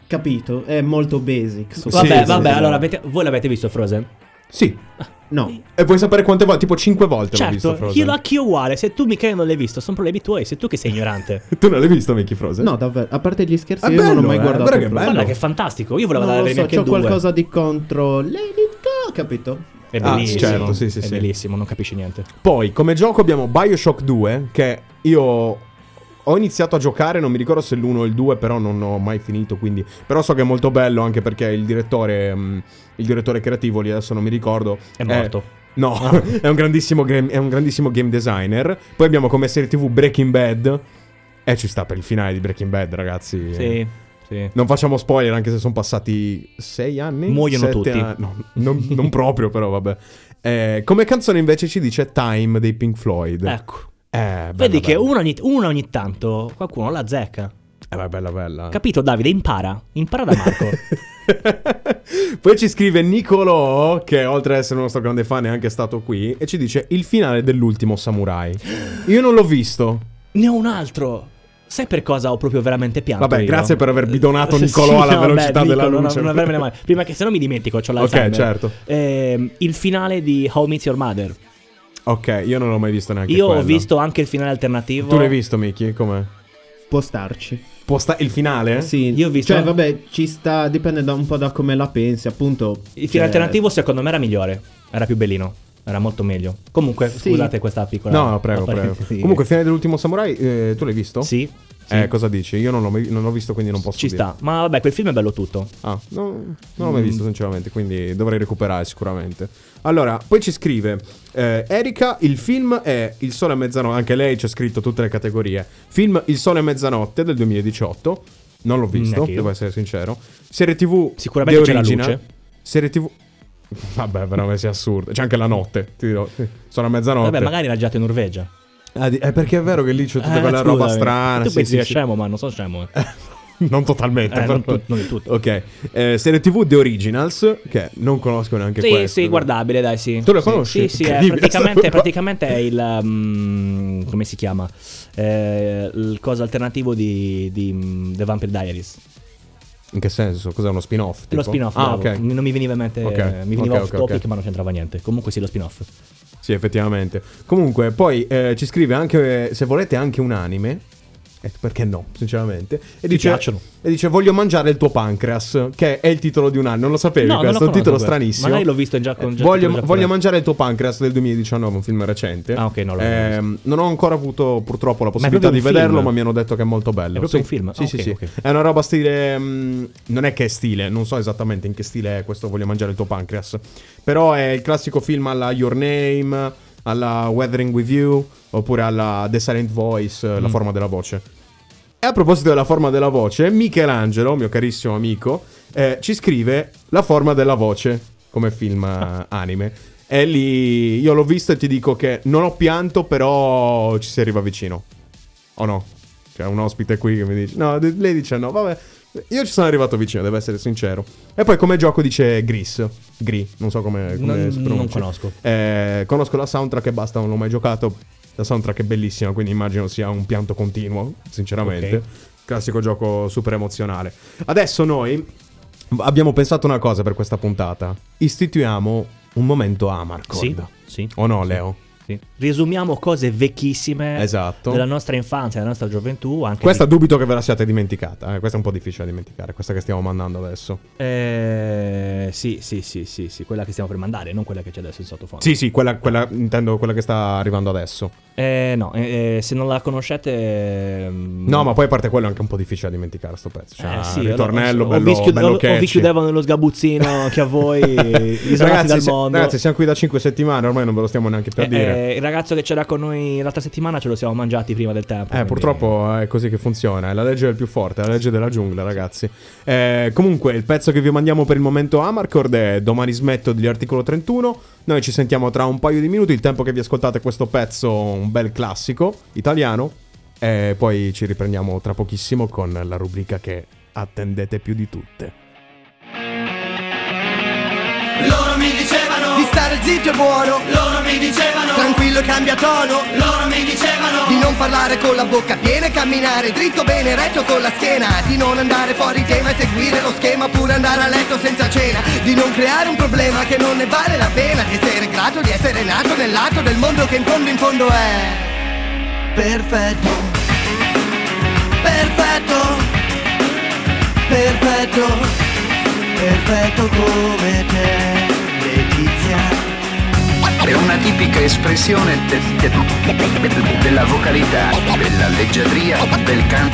E: Capito? È molto basic. so-
D: Vabbè,
C: sì,
D: vabbè,
C: sì.
D: allora avete- voi l'avete visto Frozen?
C: Sì.
E: No.
C: E vuoi sapere quante volte? Tipo 5 volte l'ho visto
D: certo,
C: Frozen.
D: io anch'io uguale. Se tu Michele non l'hai visto, sono problemi tuoi, sei tu che sei ignorante.
C: [LAUGHS] Tu non l'hai visto, Mickey Frozen?
E: No, davvero. A parte gli scherzi,
C: È
E: io non
C: bello,
E: ho mai
C: eh,
E: guardato.
C: guarda che
E: Frozen.
C: bello.
D: Ah, Guarda che fantastico, io volevo
E: Non
D: andare
E: lo so,
D: neanche
E: c'ho
D: il due.
E: qualcosa di contro. Let it go, capito?
D: È
C: Ah,
D: bellissimo,
C: certo, sì, sì,
D: è
C: sì.
D: bellissimo, non capisci niente.
C: Poi, come gioco abbiamo Bioshock 2, che io. Ho iniziato a giocare, non mi ricordo se l'1 o il 2, però non ho mai finito, quindi... Però so che è molto bello, anche perché il direttore, mh, il direttore creativo lì, adesso non mi ricordo...
D: È morto.
C: No, [LAUGHS] è, un grandissimo game, è un grandissimo game designer. Poi abbiamo come serie TV Breaking Bad. E ci sta per il finale di Breaking Bad, ragazzi.
D: Sì, sì.
C: Non facciamo spoiler, anche se sono passati sei anni.
D: Muoiono
C: sette
D: tutti.
C: anni- no, non, non [LAUGHS] proprio, però vabbè. Eh, come canzone invece ci dice Time dei Pink Floyd.
D: Ecco.
C: Eh, bella,
D: Vedi che
C: bella.
D: una ogni, una ogni tanto qualcuno la zecca.
C: Eh, beh, bella, bella.
D: Capito Davide? Impara. Impara da
C: [LAUGHS]
D: Marco.
C: Poi ci scrive Nicolo, che oltre ad essere un nostro grande fan è anche stato qui, e ci dice il finale dell'ultimo samurai. Io non l'ho visto.
D: ne ho un altro. Sai per cosa ho proprio veramente pianto?
C: Vabbè,
D: io?
C: grazie per aver bidonato
D: [LAUGHS] Sì,
C: Nicolò alla velocità della
D: non-
C: luce.
D: Non, avermene mai. Prima che se no mi dimentico, c'ho l'Alzheimer.
C: certo.
D: Ehm, il finale di How Meets Your Mother.
C: Ok, io non l'ho mai visto neanche
D: Io ho
C: quello.
D: visto anche il finale alternativo.
C: Tu l'hai visto, Miki? Com'è?
E: Può starci.
C: Può sta- il finale?
E: Sì,
D: Eh, Io ho visto-
E: Cioè, vabbè, ci sta. Dipende da un po' da come la pensi, appunto. Eh,
D: Il finale alternativo secondo me era migliore. Era più bellino. Era molto meglio. Comunque,
E: Sì.
D: scusate questa piccola.
C: No, prego, prego.
D: parentesi.
C: Comunque, il finale dell'ultimo samurai, eh, tu l'hai visto?
D: Sì. sì.
C: Eh, cosa dici? Io non l'ho, mai- non l'ho visto, quindi non posso
D: Ci
C: dire.
D: sta. Ma vabbè, quel film è bello tutto.
C: Ah, no, non l'ho mai
D: Mm.
C: visto, sinceramente, quindi dovrei recuperare sicuramente. Allora, poi ci scrive eh, Erika, il film è Il Sole a mezzanotte, anche lei ci ha scritto tutte le categorie. Film Il Sole a mezzanotte del 2018, non l'ho visto,
D: neanche io.
C: devo essere sincero. Serie TV
D: Sicuramente
C: The
D: c'è la
C: Original.
D: luce.
C: Serie TV [LAUGHS] Vabbè, veramente sei assurdo. C'è anche la notte, ti dirò. Sono a mezzanotte.
D: Vabbè, magari era girato in Norvegia.
C: Ah, di- eh, perché è vero che lì c'è tutta
D: Eh,
C: quella roba
D: scusami.
C: strana.
D: Tu
C: sì,
D: pensi
C: sì,
D: che è
C: sì.
D: scemo, ma non sono scemo. eh.
C: Non totalmente,
D: Eh,
C: però-
D: non tu- non di tutto.
C: Ok, eh, serie TV The Originals, che non conosco neanche
D: Sì,
C: questo. eh.
D: sì, guardabile, dai, sì.
C: Tu lo
D: Sì,
C: conosci?
D: Sì, sì, è
C: Incredibile, [LAUGHS]
D: praticamente,
C: sta roba.
D: praticamente è il... mm, come si chiama? Eh, il coso alternativo di, di, mm, The Vampire Diaries.
C: In che senso? Cos'è uno spin-off?
D: Lo
C: tipo?
D: spin-off,
C: Ah,
D: bravo.
C: ok.
D: Non mi veniva in mente...
C: Ok,
D: eh, Mi veniva
C: ok,
D: off
C: ok,
D: topic,
C: ok.
D: ma non c'entrava niente. Comunque sì, lo spin-off.
C: Sì, effettivamente. Comunque, poi eh, ci scrive anche, eh, se volete, anche un anime. Eh, perché no, sinceramente. E dice,
D: piacciono.
C: e dice, voglio mangiare il tuo pancreas, che è il titolo di un anime. Non lo sapevi
D: No, non
C: questo?
D: lo
C: È un titolo
D: conosco,
C: stranissimo.
D: magari l'ho visto già con-
C: Eh,
D: già
C: voglio,
D: titolo
C: voglio
D: giapponese.
C: mangiare il tuo pancreas del 2019, un film recente.
D: Ah, ok, non l'ho
C: Ehm, Non ho ancora avuto purtroppo la
D: proprio
C: possibilità di
D: un film?
C: vederlo, ma mi hanno detto che è molto bello.
D: È proprio
C: Sì.
D: un film?
C: Sì,
D: Ah,
C: sì,
D: ok,
C: sì.
D: ok.
C: È una roba stile. mm, non è che è stile, non so esattamente in che stile è questo. Voglio mangiare il tuo pancreas. Però è il classico film alla Your Name, alla Weathering with You, oppure alla The Silent Voice,
D: Mm.
C: la forma della voce. E a proposito della forma della voce, Michelangelo, mio carissimo amico, eh, ci scrive La forma della voce come film eh, anime. E lì io l'ho visto e ti dico che non ho pianto, però ci si arriva vicino. O no? C'è un ospite qui che mi dice: No, d- lei dice no, vabbè. Io ci sono arrivato vicino, devo essere sincero. E poi come gioco dice Gris. Gris, non so come, come
D: Non-
C: si
D: non
C: pronuncia.
D: conosco.
C: Eh, conosco la soundtrack e basta, non l'ho mai giocato. La soundtrack è bellissima, quindi immagino sia un pianto continuo, sinceramente.
D: Ok.
C: Classico gioco super emozionale. Adesso noi abbiamo pensato una cosa per questa puntata. Istituiamo un momento Amarcord.
D: Sì, sì.
C: O no, Leo?
D: Sì. Riesumiamo cose vecchissime
C: Esatto.
D: della nostra infanzia, della nostra gioventù. Anche
C: Questa dubito che ve la siate dimenticata. eh, Questa è un po' difficile da dimenticare. Questa che stiamo mandando adesso.
D: Eh, sì, sì, sì, sì, sì, quella che stiamo per mandare, non quella che c'è adesso in sottofondo.
C: Sì, sì, quella, quella- intendo quella che sta arrivando adesso.
D: Eh, no, eh, eh, se non la conoscete... mm, eh,
C: No, ma poi a parte quello è anche un po' difficile da dimenticare sto pezzo. Cioè, ritornello,
D: bello,
C: bello,
D: vi schiud-
C: bello
D: o- o vi
C: catchy.
D: chiudevano nello sgabuzzino che a
C: [LAUGHS]
D: voi isolati
C: ragazzi,
D: dal
C: si-
D: mondo.
C: ragazzi, siamo qui da 5 settimane, ormai non ve lo stiamo neanche per
D: Eh,
C: dire.
D: eh, il ragazzo che c'era con noi l'altra settimana ce lo siamo mangiati prima del tempo.
C: Eh,
D: quindi-
C: purtroppo è così che funziona. È la legge del più forte, è la legge della giungla, ragazzi. Eh, comunque, il pezzo che vi mandiamo per il momento Amarcord è Domani smetto degli articolo 31. Noi ci sentiamo tra un paio di minuti. Il tempo che vi ascoltate questo pezzo, un bel classico italiano. E poi ci riprendiamo tra pochissimo con la rubrica che attendete più di tutte.
G: Loro mi dicevano di stare zitto e buono. Loro mi dicevano tranquillo e cambia tono. Loro mi dicevano di non parlare con la bocca piena e camminare dritto bene retto con la schiena. Di non andare fuori tema e seguire lo schema oppure andare a letto senza cena. Di non creare un problema che non ne vale la pena. Di essere grato di essere nato nel lato del mondo che in fondo in fondo è perfetto. Perfetto. Perfetto perfetto come te, Letizia.
H: È una tipica espressione de- de- de- della vocalità, della leggiadria, del can-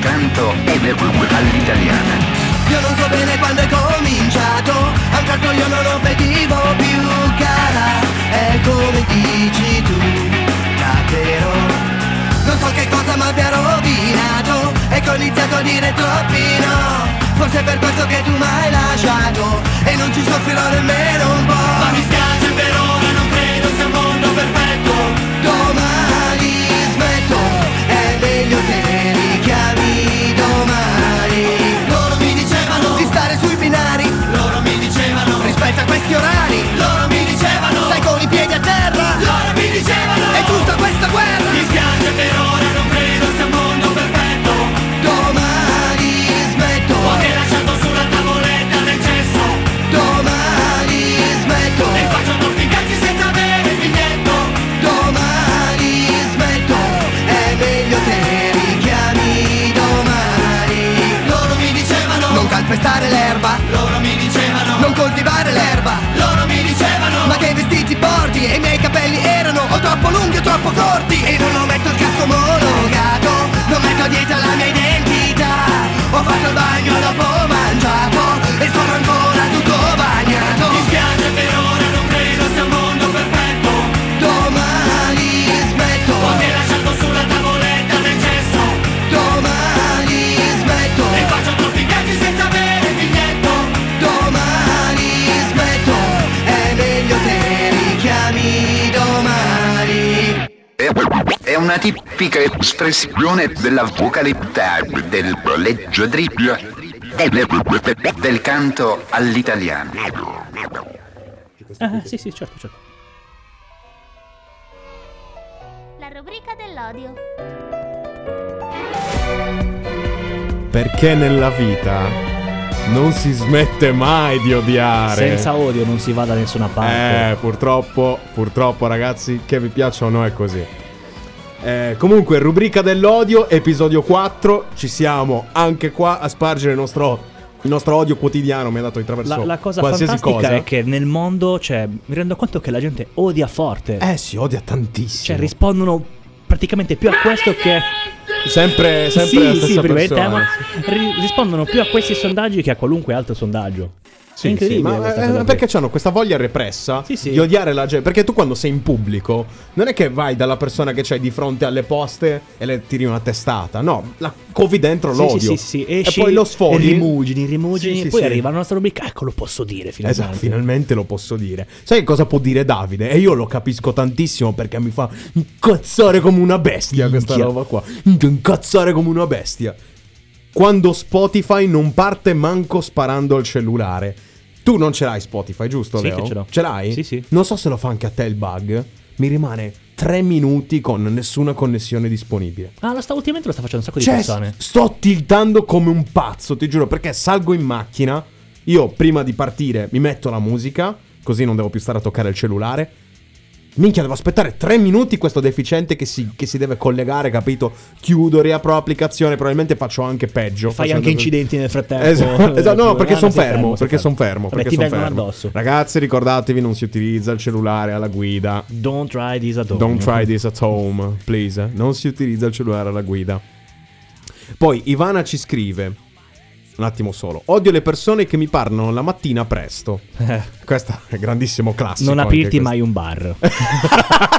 H: canto e del- all'italiana.
G: Io non so bene quando è cominciato, a un certo io non lo vedevo più cara, è come dici tu, davvero. Non so che cosa mi abbia rovinato, e che ho iniziato a dire troppi no, forse è per questo che tu mi hai lasciato, e non ci soffrirò nemmeno un po'. Ma mi spiace per ora, non credo sia un mondo perfetto, domani smetto, è meglio se li chiami domani. Loro mi dicevano di stare sui binari. Loro mi dicevano rispetta questi orari. Loro mi dicevano stai con i piedi a terra. Loro mi dicevano è giusta questa guerra. Mi spiace per ora non credo sia un mondo perfetto. Domani smetto. Ho lasciato sulla tavoletta del cesso. Domani smetto. E faccio tutti i calci senza avere il biglietto. Domani smetto. È meglio se li chiami domani. Loro mi dicevano Non calpestare l'erba Loro mi dicevano Non coltivare l'erba Loro mi dicevano Ma che vestiti porti E i miei capelli erano O troppo lunghi o troppo corti E non ho metto il casco omologato Non metto dietro la mia identità Ho fatto il bagno dopo ho mangiato E sono ancora tutto bagnato Mi spiace per ora Non credo sia un mondo perfetto Domani smetto Ho lasciato sulla tavoletta del cesso Domani smetto E faccio troppi viaggi senza avere il biglietto Domani smetto È meglio se li chiami domani
H: È, è una tipica espressione della vocalità, del leggiadria, del, del canto all'italiana.
D: Eh, sì, sì, certo, certo.
I: La rubrica dell'odio.
C: Perché nella vita non si smette mai di odiare.
D: Senza odio non si va da nessuna parte.
C: Eh, purtroppo, purtroppo ragazzi, che vi piaccia o no è così. Eh, comunque, rubrica dell'odio, episodio 4, ci siamo anche qua a spargere il nostro, il nostro odio quotidiano, mi ha dato
D: la,
C: attraverso
D: la cosa
C: qualsiasi
D: fantastica
C: cosa.
D: è che nel mondo, cioè, mi rendo conto che la gente odia forte.
C: Eh, si odia tantissimo.
D: Cioè, rispondono praticamente più a questo che...
C: sempre, sempre la
D: sì,
C: stessa
D: sì, prima del
C: persona.
D: tema. Ri- rispondono più a questi sondaggi che a qualunque altro sondaggio.
C: Sì,
D: è incredibile.
C: sì, ma
D: questa
C: eh,
D: cosa qui.
C: perché hanno questa voglia repressa
D: Sì, sì.
C: di odiare la gente? Perché tu quando sei in pubblico non è che vai dalla persona che c'hai di fronte alle poste e le tiri una testata, no, la covi dentro
D: Sì,
C: l'odio.
D: sì, sì, sì, esci
C: e poi lo sfogli.
D: e Rimugini, rimugini,
C: Sì, sì,
D: poi
C: sì.
D: arriva la nostra rubrica. Ecco, lo posso dire finalmente.
C: Esatto, finalmente lo posso dire. Sai che cosa può dire Davide? E io lo capisco tantissimo perché mi fa incazzare come una bestia questa
D: Minchia.
C: roba qua. Incazzare come una bestia. Quando Spotify non parte manco sparando al cellulare. Tu non ce l'hai Spotify, giusto
D: Sì
C: Leo?
D: che ce l'ho.
C: l'hai?
D: Sì, sì.
C: Non so se lo fa anche a te il bug. Mi rimane 3 minuti con nessuna connessione disponibile.
D: Ah, lo sta, ultimamente lo sta facendo un sacco di
C: Cioè,
D: persone.
C: sto tiltando come un pazzo, ti giuro, perché salgo in macchina, io prima di partire mi metto la musica, così non devo più stare a toccare il cellulare, Minchia, devo aspettare tre minuti questo deficiente che si, che si deve collegare, capito? Chiudo, riapro l'applicazione, probabilmente faccio anche peggio.
D: Fai
C: facendo
D: anche
C: così.
D: incidenti nel frattempo. [LAUGHS]
C: Esatto, esatto, no,
D: Tipo,
C: perché
D: ah,
C: sono
D: sei
C: fermo,
D: sei
C: perché sono fermo,
D: Vabbè,
C: perché
D: ti
C: sono
D: vengono
C: fermo.
D: addosso.
C: Ragazzi, ricordatevi, non si utilizza il cellulare alla guida.
D: Don't try this at home.
C: Don't try this at home, please. eh? Non si utilizza il cellulare alla guida. Poi Ivana ci scrive. Un attimo solo. Odio le persone che mi parlano la mattina presto. Questo è grandissimo classico.
D: Eh. Non
C: anche
D: aprirti
C: questo.
D: mai
C: [LAUGHS]
D: un bar. [LAUGHS]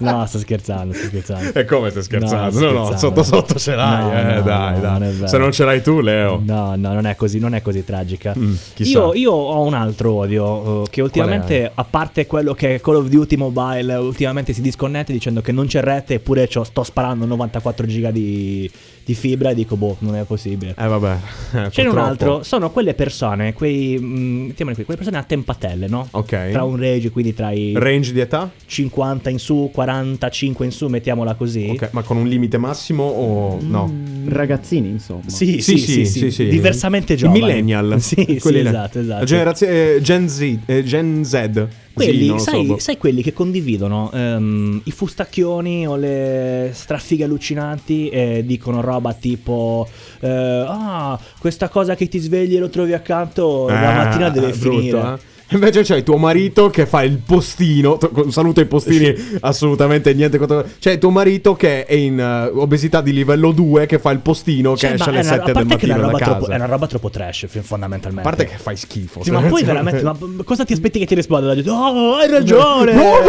D: no, sto scherzando,
C: [LAUGHS]
D: sto scherzando.
C: E come stai scherzando?
D: sto
C: No, no, sotto
D: scherzando.
C: sotto ce l'hai.
D: No,
C: eh,
D: no,
C: dai,
D: no,
C: dai.
D: non è vero.
C: Se non ce l'hai tu, Leo.
D: No, no, non è così, non è così tragica.
C: Mm, chissà.
D: io, io ho un altro odio eh, che ultimamente, a parte quello che è Call of Duty Mobile, eh, ultimamente si disconnette dicendo che non c'è rete eppure c'ho- sto sparando 94 giga di, di fibra e dico, boh, non è possibile.
C: Eh, vabbè. Eh,
D: C'è un
C: purtroppo.
D: altro, sono quelle persone, quei, mm, mettiamole qui, quelle persone a tempatelle, no?
C: Ok.
D: Tra un range, quindi tra i
C: Range di età?
D: 50 in su, 45 in su, mettiamola così.
C: Ok, ma con un limite massimo o
D: Mm.
C: no?
E: mm, Ragazzini, insomma.
D: Sì,
C: Sì,
D: sì,
C: sì,
D: sì,
C: sì, sì.
D: Diversamente
C: I
D: giovani.
C: millennial.
D: [LAUGHS] Sì, sì,
C: [LAUGHS] Quelli là.
D: esatto, esatto.
C: La generazione eh, Gen Z, eh, Gen Z.
D: Quelli,
C: Sì, non lo so,
D: sai,
C: boh.
D: sai quelli che condividono ehm, i fustacchioni o le strafighe allucinanti e dicono roba tipo eh, Ah, questa cosa che ti svegli e lo trovi accanto la
C: Ah,
D: mattina deve
C: brutto,
D: finire
C: eh. Invece c'è tuo marito che fa il postino. to- con- Saluto i postini, assolutamente niente. contro- C'è tuo marito che è in eh, obesità di livello 2 che fa il postino
D: Cioè,
C: che
D: ma
C: esce
D: è
C: alle
D: una-
C: 7
D: a
C: del
D: parte che è
C: mattino
D: una
C: da
D: roba
C: casa.
D: troppo- è una roba troppo trash, f- fondamentalmente.
C: A parte che fai schifo. cioè,
D: Sì, Cioè,
C: [LAUGHS]
D: ma poi veramente, ma cosa ti aspetti che ti risponda? Dici, Oh, hai ragione!
C: No,
D: wow,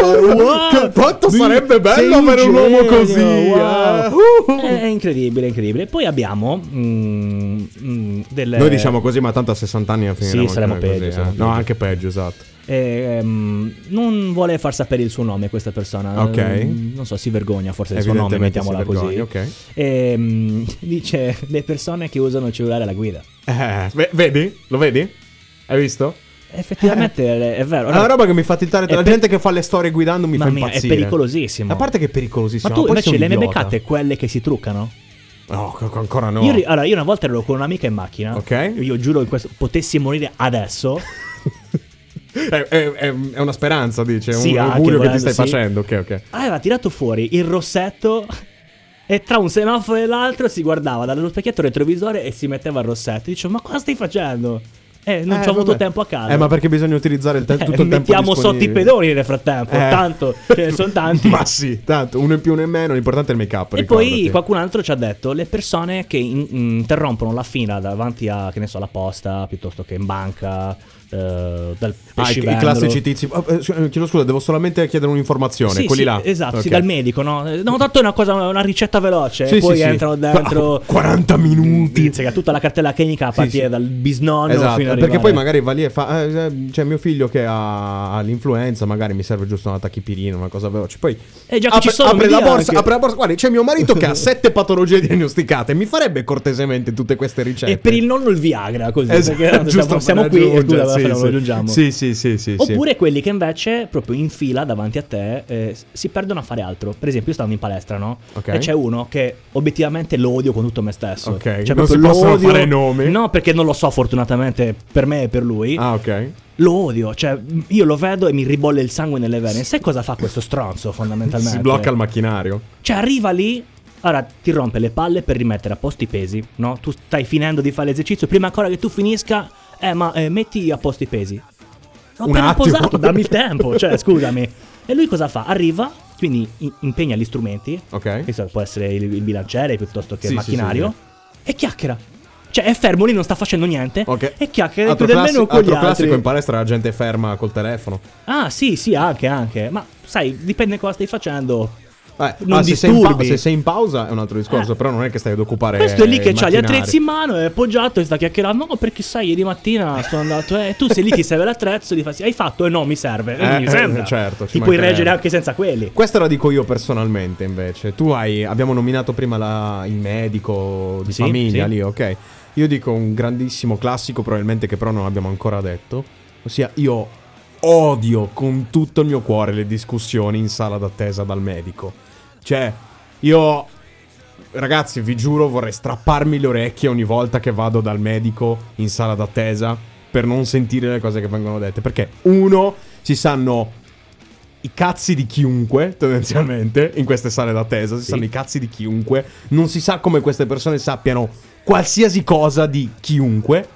C: che quanto
D: sì,
C: sarebbe bello
D: sei
C: avere un uomo
D: genio,
C: così,
D: wow.
C: eh.
D: È, è incredibile, è incredibile. Poi abbiamo mm, mm, delle...
C: Noi diciamo così, ma tanto a 60 anni alla fine
D: Sì,
C: eravamo
D: saremo
C: anche noi
D: peggio, saremo
C: eh. No,
D: peggio.
C: anche peggio, esatto.
D: Ehm, non vuole far sapere il suo nome questa persona.
C: Ok.
D: Ehm, non so, si vergogna forse del suo nome,
C: Evidentemente si
D: mettiamola così.
C: vergogna, ok.
D: Ehm, [LAUGHS] dice le persone che usano il cellulare alla guida.
C: Eh, ve- vedi? Lo vedi? Hai visto?
D: Effettivamente è, è vero.
C: Eh. È una roba che mi fa titare.
D: è
C: La
D: pe-
C: gente che fa le storie guidando mi
D: Mamma
C: fa
D: mia,
C: impazzire.
D: è pericolosissimo.
C: A parte che è pericolosissimo.
D: Ma tu
C: poi
D: invece
C: sei un
D: le hai mai
C: idiota.
D: beccate quelle che si truccano?
C: No, co- co- ancora no.
D: Io, ri- allora, io una volta ero con un'amica in macchina.
C: Ok.
D: Io giuro che questo, potessi morire
C: [LAUGHS]
D: adesso.
C: è, è- è- è una speranza, dice. È
D: Sì,
C: un
D: anche
C: augurio che ti
D: volendo,
C: stai
D: sì.
C: facendo. Ok, ok.
D: Aveva tirato fuori il rossetto. E tra un semaforo e l'altro si guardava dallo specchietto retrovisore e si metteva il rossetto. Dicevo, ma cosa stai facendo? Eh, non
C: Eh,
D: ci ho avuto
C: vabbè.
D: tempo a casa.
C: Eh, ma perché bisogna utilizzare il te- tutto
D: Eh,
C: il tempo
D: mettiamo sotto i
C: disponibile.
D: pedoni nel frattempo.
C: Eh.
D: Tanto, ce ne sono
C: [LAUGHS]
D: tanti.
C: Ma sì, tanto uno in più, uno in meno. L'importante è il make up.
D: E poi
C: ricordati.
D: qualcun altro ci ha detto le persone che in- interrompono la fila davanti a, che ne so, la posta, piuttosto che in banca, eh, dal
C: Ah, i, i
D: pescivendolo.
C: classici tizi. Oh, eh, scu- eh, chiedo scusa, devo solamente chiedere un'informazione.
D: Sì,
C: quelli
D: sì,
C: là.
D: Esatto, sì,
C: Ok.
D: dal medico, no? Eh, No, ho dato una, cosa, una ricetta veloce,
C: Sì, sì,
D: poi
C: sì. [LAUGHS]
D: entrano dentro...
C: Ah, 40 minuti.
D: Pizzica tutta la cartella clinica a
C: Sì,
D: partire
C: sì.
D: dal bisnonno
C: Esatto,
D: fino a
C: perché poi magari va lì e fa. eh, eh, c'è mio figlio che ha, ha l'influenza, magari mi serve giusto una tachipirina, una cosa veloce. Poi
D: Eh, già che ci sono,
C: apre,
D: mi
C: la
D: dia
C: borsa,
D: anche.
C: apre la borsa. Guarda, c'è mio marito
D: [LAUGHS]
C: che ha sette patologie diagnosticate. Mi farebbe cortesemente tutte queste ricette.
D: E per il nonno il Viagra, così,
C: Esatto,
D: perché
C: giusto
D: siamo,
C: per
D: siamo qui e tu
C: aggiungere,
D: alla fine
C: sì,
D: non
C: sì.
D: lo aggiungiamo.
C: Sì, sì, sì, sì, sì.
D: Oppure quelli che invece, proprio in fila davanti a te, eh, si perdono a fare altro. Per esempio, io stavo in palestra, no?
C: Ok.
D: E c'è uno che obiettivamente lo odio con tutto me stesso.
C: Ok,
D: Cioè,
C: non
D: proprio
C: si possono
D: lo odio-
C: fare nomi.
D: No, perché non lo so, fortunatamente per me e per lui.
C: Ah, ok.
D: Lo odio, cioè io lo vedo e mi ribolle il sangue nelle vene. Sai cosa fa questo stronzo fondamentalmente?
C: Si blocca il macchinario.
D: Cioè arriva lì, ora ti rompe le palle per rimettere a posto i pesi, no? Tu stai finendo di fare l'esercizio, prima ancora che tu finisca, eh ma eh, metti a posto i pesi. L'ho
C: Un
D: appena
C: attimo. [LAUGHS]
D: posato, dammi il tempo, cioè scusami. E lui cosa fa? Arriva, quindi i- impegna gli strumenti,
C: Ok.
D: che so, può essere il, il bilanciere piuttosto che
C: Sì,
D: il
C: sì, sì,
D: macchinario, e chiacchiera. Cioè è fermo lì, non sta facendo niente,
C: Ok.
D: e chiacchiera
C: altro
D: dentro del
C: classi-
D: menu con gli
C: altro
D: altri.
C: classico in palestra la gente ferma col telefono.
D: Ah, sì, sì, anche, anche. Ma sai, dipende cosa stai facendo.
C: Eh,
D: Non
C: ah, se sei, in
D: disturbi.
C: pa- se sei in pausa è un altro discorso,
D: Eh.
C: però non è che stai ad occupare.
D: Questo è lì che
C: il
D: ha gli
C: macchinario.
D: attrezzi in mano, è appoggiato e sta chiacchierando. No, perché sai, ieri mattina sono andato. E tu sei lì, ti serve l'attrezzo, gli fai, sì, hai fatto? E no, mi serve. E
C: Eh,
D: mi sembra.
C: eh, certo, ci
D: Ti puoi
C: mancherebbe.
D: reggere anche senza quelli.
C: Questa la dico io personalmente invece. Tu hai, abbiamo nominato prima la- il medico di
D: Sì,
C: famiglia
D: sì.
C: lì, ok? Io dico un grandissimo classico probabilmente che però non abbiamo ancora detto, ossia io odio con tutto il mio cuore le discussioni in sala d'attesa dal medico. Cioè, io ragazzi, vi giuro, vorrei strapparmi le orecchie ogni volta che vado dal medico in sala d'attesa per non sentire le cose che vengono dette, perché uno si sanno i cazzi di chiunque, tendenzialmente, in queste sale d'attesa. Si sanno i cazzi di chiunque. Non si sa come queste persone sappiano qualsiasi cosa di chiunque.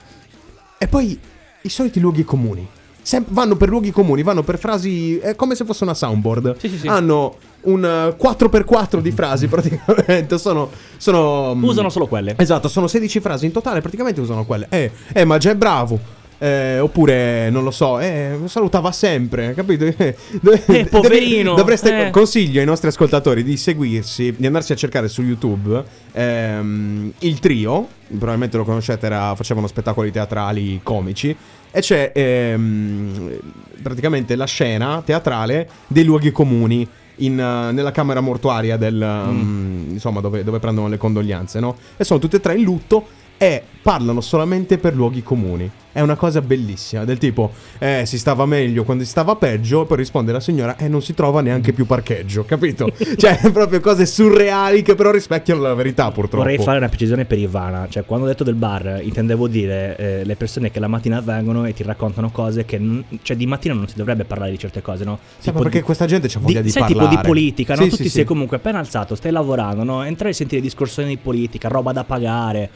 C: E poi i soliti luoghi comuni. Sem- vanno per luoghi comuni, vanno per frasi. È come se fosse una soundboard.
D: Sì, sì, sì.
C: Hanno un eh, 4x4 di
D: [LAUGHS]
C: frasi praticamente. Sono. sono mm,
D: Usano solo quelle.
C: Esatto, sono 16 frasi in totale, praticamente usano quelle. Eh, eh ma già è bravo. Eh, oppure, non lo so, eh, salutava sempre, capito? [LAUGHS] Eh, dove-
D: Eh, poverino,
C: dovreste,
D: eh.
C: Consiglio ai nostri ascoltatori di seguirsi, di andarsi a cercare su YouTube ehm, il trio, probabilmente lo conoscete, era- facevano spettacoli teatrali comici, e c'è ehm, praticamente la scena teatrale dei luoghi comuni. in, eh, nella camera mortuaria del
D: Mm.
C: ehm, insomma dove, dove prendono le condoglianze no? e sono tutte e tre in lutto e parlano solamente per luoghi comuni è una cosa bellissima del tipo eh si stava meglio quando si stava peggio e poi risponde la signora e non si trova neanche più parcheggio capito
D: [LAUGHS]
C: cioè [LAUGHS] proprio cose surreali che però rispecchiano la verità purtroppo
D: Vorrei fare una precisione per Ivana, cioè quando ho detto del bar intendevo dire eh, le persone che la mattina vengono e ti raccontano cose che, n- cioè di mattina non si dovrebbe parlare di certe cose, no?
C: Sì, ma perché
D: di-
C: questa gente c'ha voglia di
D: sai, tipo di
C: parlare.
D: politica, no?
C: Sì,
D: tu
C: sì,
D: ti
C: sì.
D: sei comunque appena alzato, stai lavorando, no? Entrare e sentire discorsioni di politica, roba da pagare,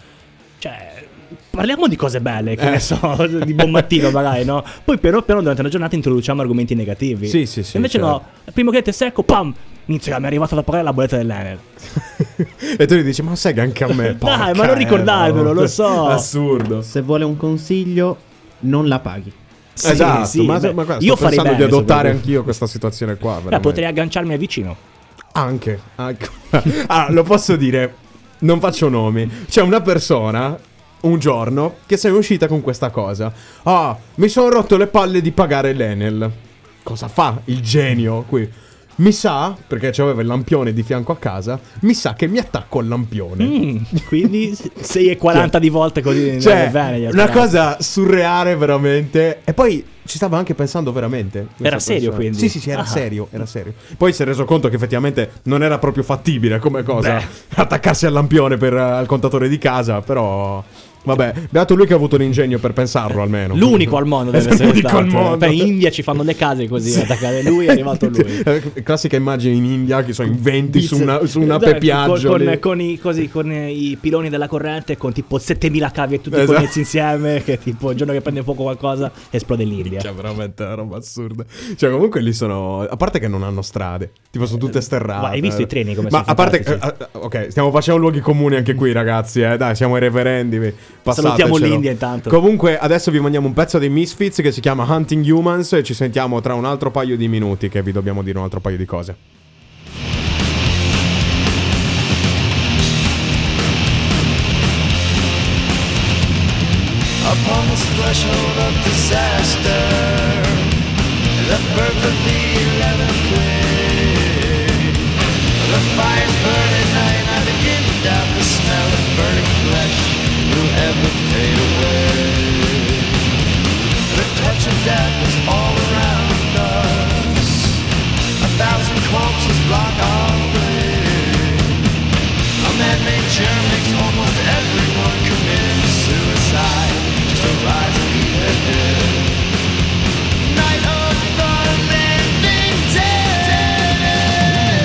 D: cioè... Parliamo di cose belle, che
C: Eh.
D: ne so, [LAUGHS] di buon mattino magari, no? Poi piano piano durante la giornata introduciamo argomenti negativi.
C: Sì, sì, sì, certo.
D: Invece no, primo che te secco, pam! Inizia, mi è arrivata da pagare la bolletta dell'Enel.
C: [LAUGHS] e tu gli dici ma sai che anche a me
D: [LAUGHS] Dai,
C: porca
D: ma non
C: eh,
D: ricordarmelo, lo so.
C: assurdo
E: Se vuole un consiglio, non la paghi.
D: Sì,
C: esatto,
D: sì,
C: ma,
D: beh,
C: ma guarda,
D: io
C: sto
D: farei
C: pensando di
D: bene,
C: adottare
D: secondo me.
C: anch'io questa situazione qua.
D: Beh,
C: veramente.
D: potrei agganciarmi a vicino.
C: Anche, anche. [LAUGHS] allora, lo posso dire, non faccio nomi. C'è una persona, un giorno, che se è uscita con questa cosa. Ah, mi sono rotto le palle di pagare l'Enel. Cosa fa il genio qui? Mi sa, perché c'aveva il lampione di fianco a casa, mi sa che mi attacco al lampione.
D: Mm, quindi 6 e 40 di volte così
C: Cioè,
D: bene, gli
C: una
D: altri.
C: cosa surreale veramente. E poi ci stava anche pensando veramente. questa
D: Era serio,
C: persona.
D: quindi?
C: Sì, sì, sì, era
D: Ah.
C: serio, era serio. Poi si è reso conto che effettivamente non era proprio fattibile come cosa
D: Beh.
C: attaccarsi al lampione per eh, al contatore di casa, però vabbè, beato lui che ha avuto l'ingegno per pensarlo almeno.
D: L'unico al
C: [LAUGHS]
D: mondo deve
C: Esatto,
D: essere
C: l'unico
D: stato. eh.
C: al mondo.
D: Beh, in India ci fanno le case così, attaccare lui è
C: [LAUGHS]
D: arrivato lui.
C: Eh, Classica immagine in India che sono in 20 su una, su una
D: Dai,
C: pepiaggio.
D: con,
C: lì.
D: con, con i, così, con i piloni della corrente con tipo 7000 cavi e tutti
C: Esatto.
D: connessi insieme che tipo il giorno che prende fuoco qualcosa esplode l'India
C: Cioè, veramente una roba assurda. Cioè, comunque lì sono. A parte che non hanno strade, tipo, sono tutte sterrate.
D: Eh, Ma hai visto i treni come
C: Ma
D: sono
C: a parte.
D: fantastici?
C: eh, eh, ok, stiamo facendo luoghi comuni anche qui, ragazzi. Eh. Dai, siamo i reverendi. vi- passatecelo.
D: Salutiamo l'India intanto.
C: Comunque, adesso vi mandiamo un pezzo dei Misfits che si chiama Hunting Humans. E ci sentiamo tra un altro paio di minuti, che vi dobbiamo dire un altro paio di cose.
G: upon this threshold of disaster. The birth of the eleventh queen. The fire's burning high, and I begin to doubt the smell of burning flesh will ever fade away. The touch of death is all around us. A thousand corpses block our way. A man-made germ makes almost everyone commit suicide just to rise and be their dead. Night of the living dead.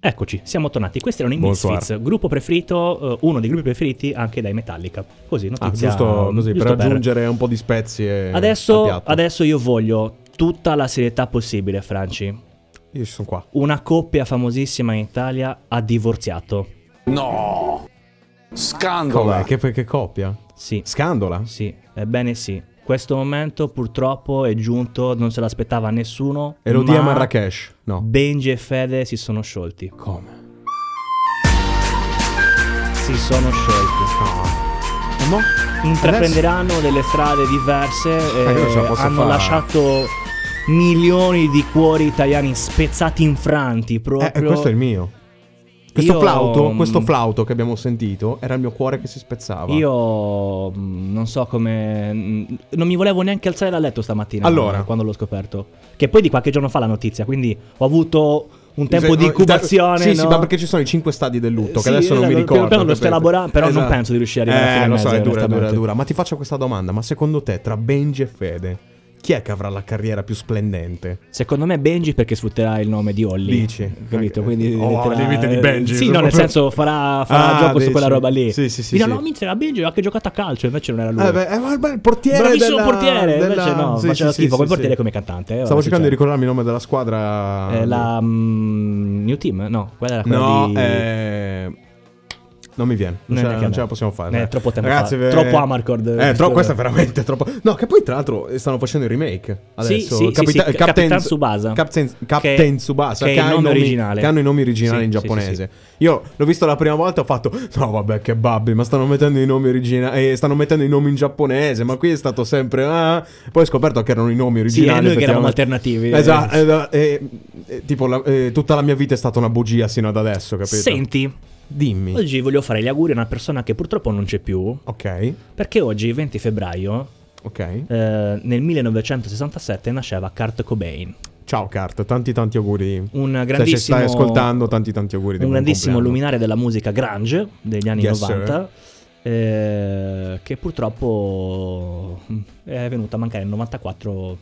D: Eccoci, siamo tornati. Questi erano i
C: Bonsoir.
D: Misfits, gruppo preferito, eh, uno dei gruppi preferiti anche dai Metallica. Così,
C: Ah,
D: notizia.
C: giusto, così, per
D: giusto
C: aggiungere un po' di spezie. al
D: Adesso,
C: piatto.
D: adesso io voglio tutta la serietà possibile, Franci.
C: Io ci sono qua.
D: Una coppia famosissima in Italia ha divorziato.
C: Com'è? Che, che coppia?
D: Sì,
C: Scandola.
D: sì, ebbene sì. Questo momento purtroppo è giunto, non se l'aspettava nessuno.
C: Erodia
D: ma
C: Marrakesh. No.
D: Benji e Fede si sono sciolti.
C: Come?
D: Si sono sciolti.
C: No.
D: Intraprenderanno delle strade diverse.
C: Ma [LAUGHS] io
D: eh,
C: ce la posso
D: hanno
C: fare.
D: lasciato milioni di cuori italiani spezzati, infranti. Proprio.
C: Eh, questo è il mio. Questo,
D: Io- mm,
C: flauto, questo flauto che abbiamo sentito era il mio cuore che si spezzava.
D: Io mh, non so come. mh, Non mi volevo neanche alzare da letto stamattina.
C: Allora.
D: Quando l'ho scoperto. Che poi di qualche giorno fa la notizia. Quindi ho avuto un tempo
C: Se-
D: di
C: no,
D: incubazione.
C: Sì, sì,
D: no?
C: ma perché ci sono i cinque stadi del lutto, che
D: Sì,
C: adesso non mi
D: allora,
C: ricordo.
D: piano piano lo sto
C: capito?
D: elaborando, però non
C: Esatto.
D: penso di riuscire a arrivare alla
C: Eh,
D: fine
C: lo so,
D: mezzo,
C: è dura, è dura, è
D: onestamente.
C: dura. Ma ti faccio questa domanda, ma secondo te tra Benji e Fede, chi è che avrà la carriera più splendente?
D: Secondo me Benji perché sfrutterà il nome di Holly.
C: Dici?
D: Capito?
C: Ok.
D: Quindi
C: Oh,
D: metterà-
C: limite di Benji,
D: Sì, no, nel
C: proprio.
D: senso farà, farà
C: Ah,
D: gioco
C: dici.
D: su quella roba lì.
C: Sì, sì, sì,
D: Dirà,
C: sì.
D: no, minchia, era Benji ha anche giocato a calcio, invece non era lui.
C: Eh, beh, eh, ma il- il portiere
D: Bravissimo
C: della-
D: portiere, invece
C: della-
D: no,
C: sì,
D: faceva
C: sì,
D: schifo
C: sì,
D: come
C: sì,
D: portiere e
C: sì.
D: come cantante. eh, ora
C: Stavo
D: si
C: cercando di
D: c'è.
C: ricordarmi il nome della squadra.
D: Eh, la mm, New Team? No, quella era quella
C: No,
D: di...
C: eh, Non mi viene, non,
D: No,
C: ce, la-
D: neanche a
C: non
D: me.
C: ce la possiamo fare.
D: Eh,
C: dai.
D: troppo tempo
C: Ragazzi,
D: fa.
C: ve-
D: Troppo Amarcord.
C: Eh, tro-
D: Questo-
C: questa è veramente troppo. No, che poi, tra l'altro, eh, stanno facendo il remake.
D: Sì,
C: Adesso.
D: sì, sì, sì, Ca- Capitan Tsubasa.
C: Captain,
D: Che-
C: Captain Tsubasa.
D: che è il
C: ha i
D: nome
C: nomi-
D: originale.
C: Che hanno i nomi originali
D: Sì,
C: in
D: sì, sì,
C: giapponese. Io l'ho visto la prima volta e ho fatto. No, vabbè, che babbi, ma stanno mettendo i nomi originali. stanno mettendo i nomi in giapponese. Ma qui è stato sempre. ah. Poi ho scoperto che erano i nomi
D: Sì,
C: originali.
D: era noi che eravamo
C: effettivamente.
D: alternativi.
C: Esatto, eh, eh, eh, tipo la- eh, tutta la mia vita è stata una bugia sino ad adesso, capito?
D: Senti,
C: Dimmi.
D: oggi voglio fare gli auguri a una persona che purtroppo non c'è più,
C: Ok,
D: perché oggi, 20 febbraio,
C: ok.
D: eh, nel 1967 nasceva Kurt Cobain,
C: Ciao Cart, tanti tanti auguri. Cioè,
D: un
C: Se ci
D: grandissimo...
C: stai ascoltando, tanti tanti auguri. di
D: un
C: buon
D: grandissimo
C: compleanno.
D: luminare della musica grunge degli anni
C: Yes,
D: 90 eh, che purtroppo mm, è venuto a mancare nel 94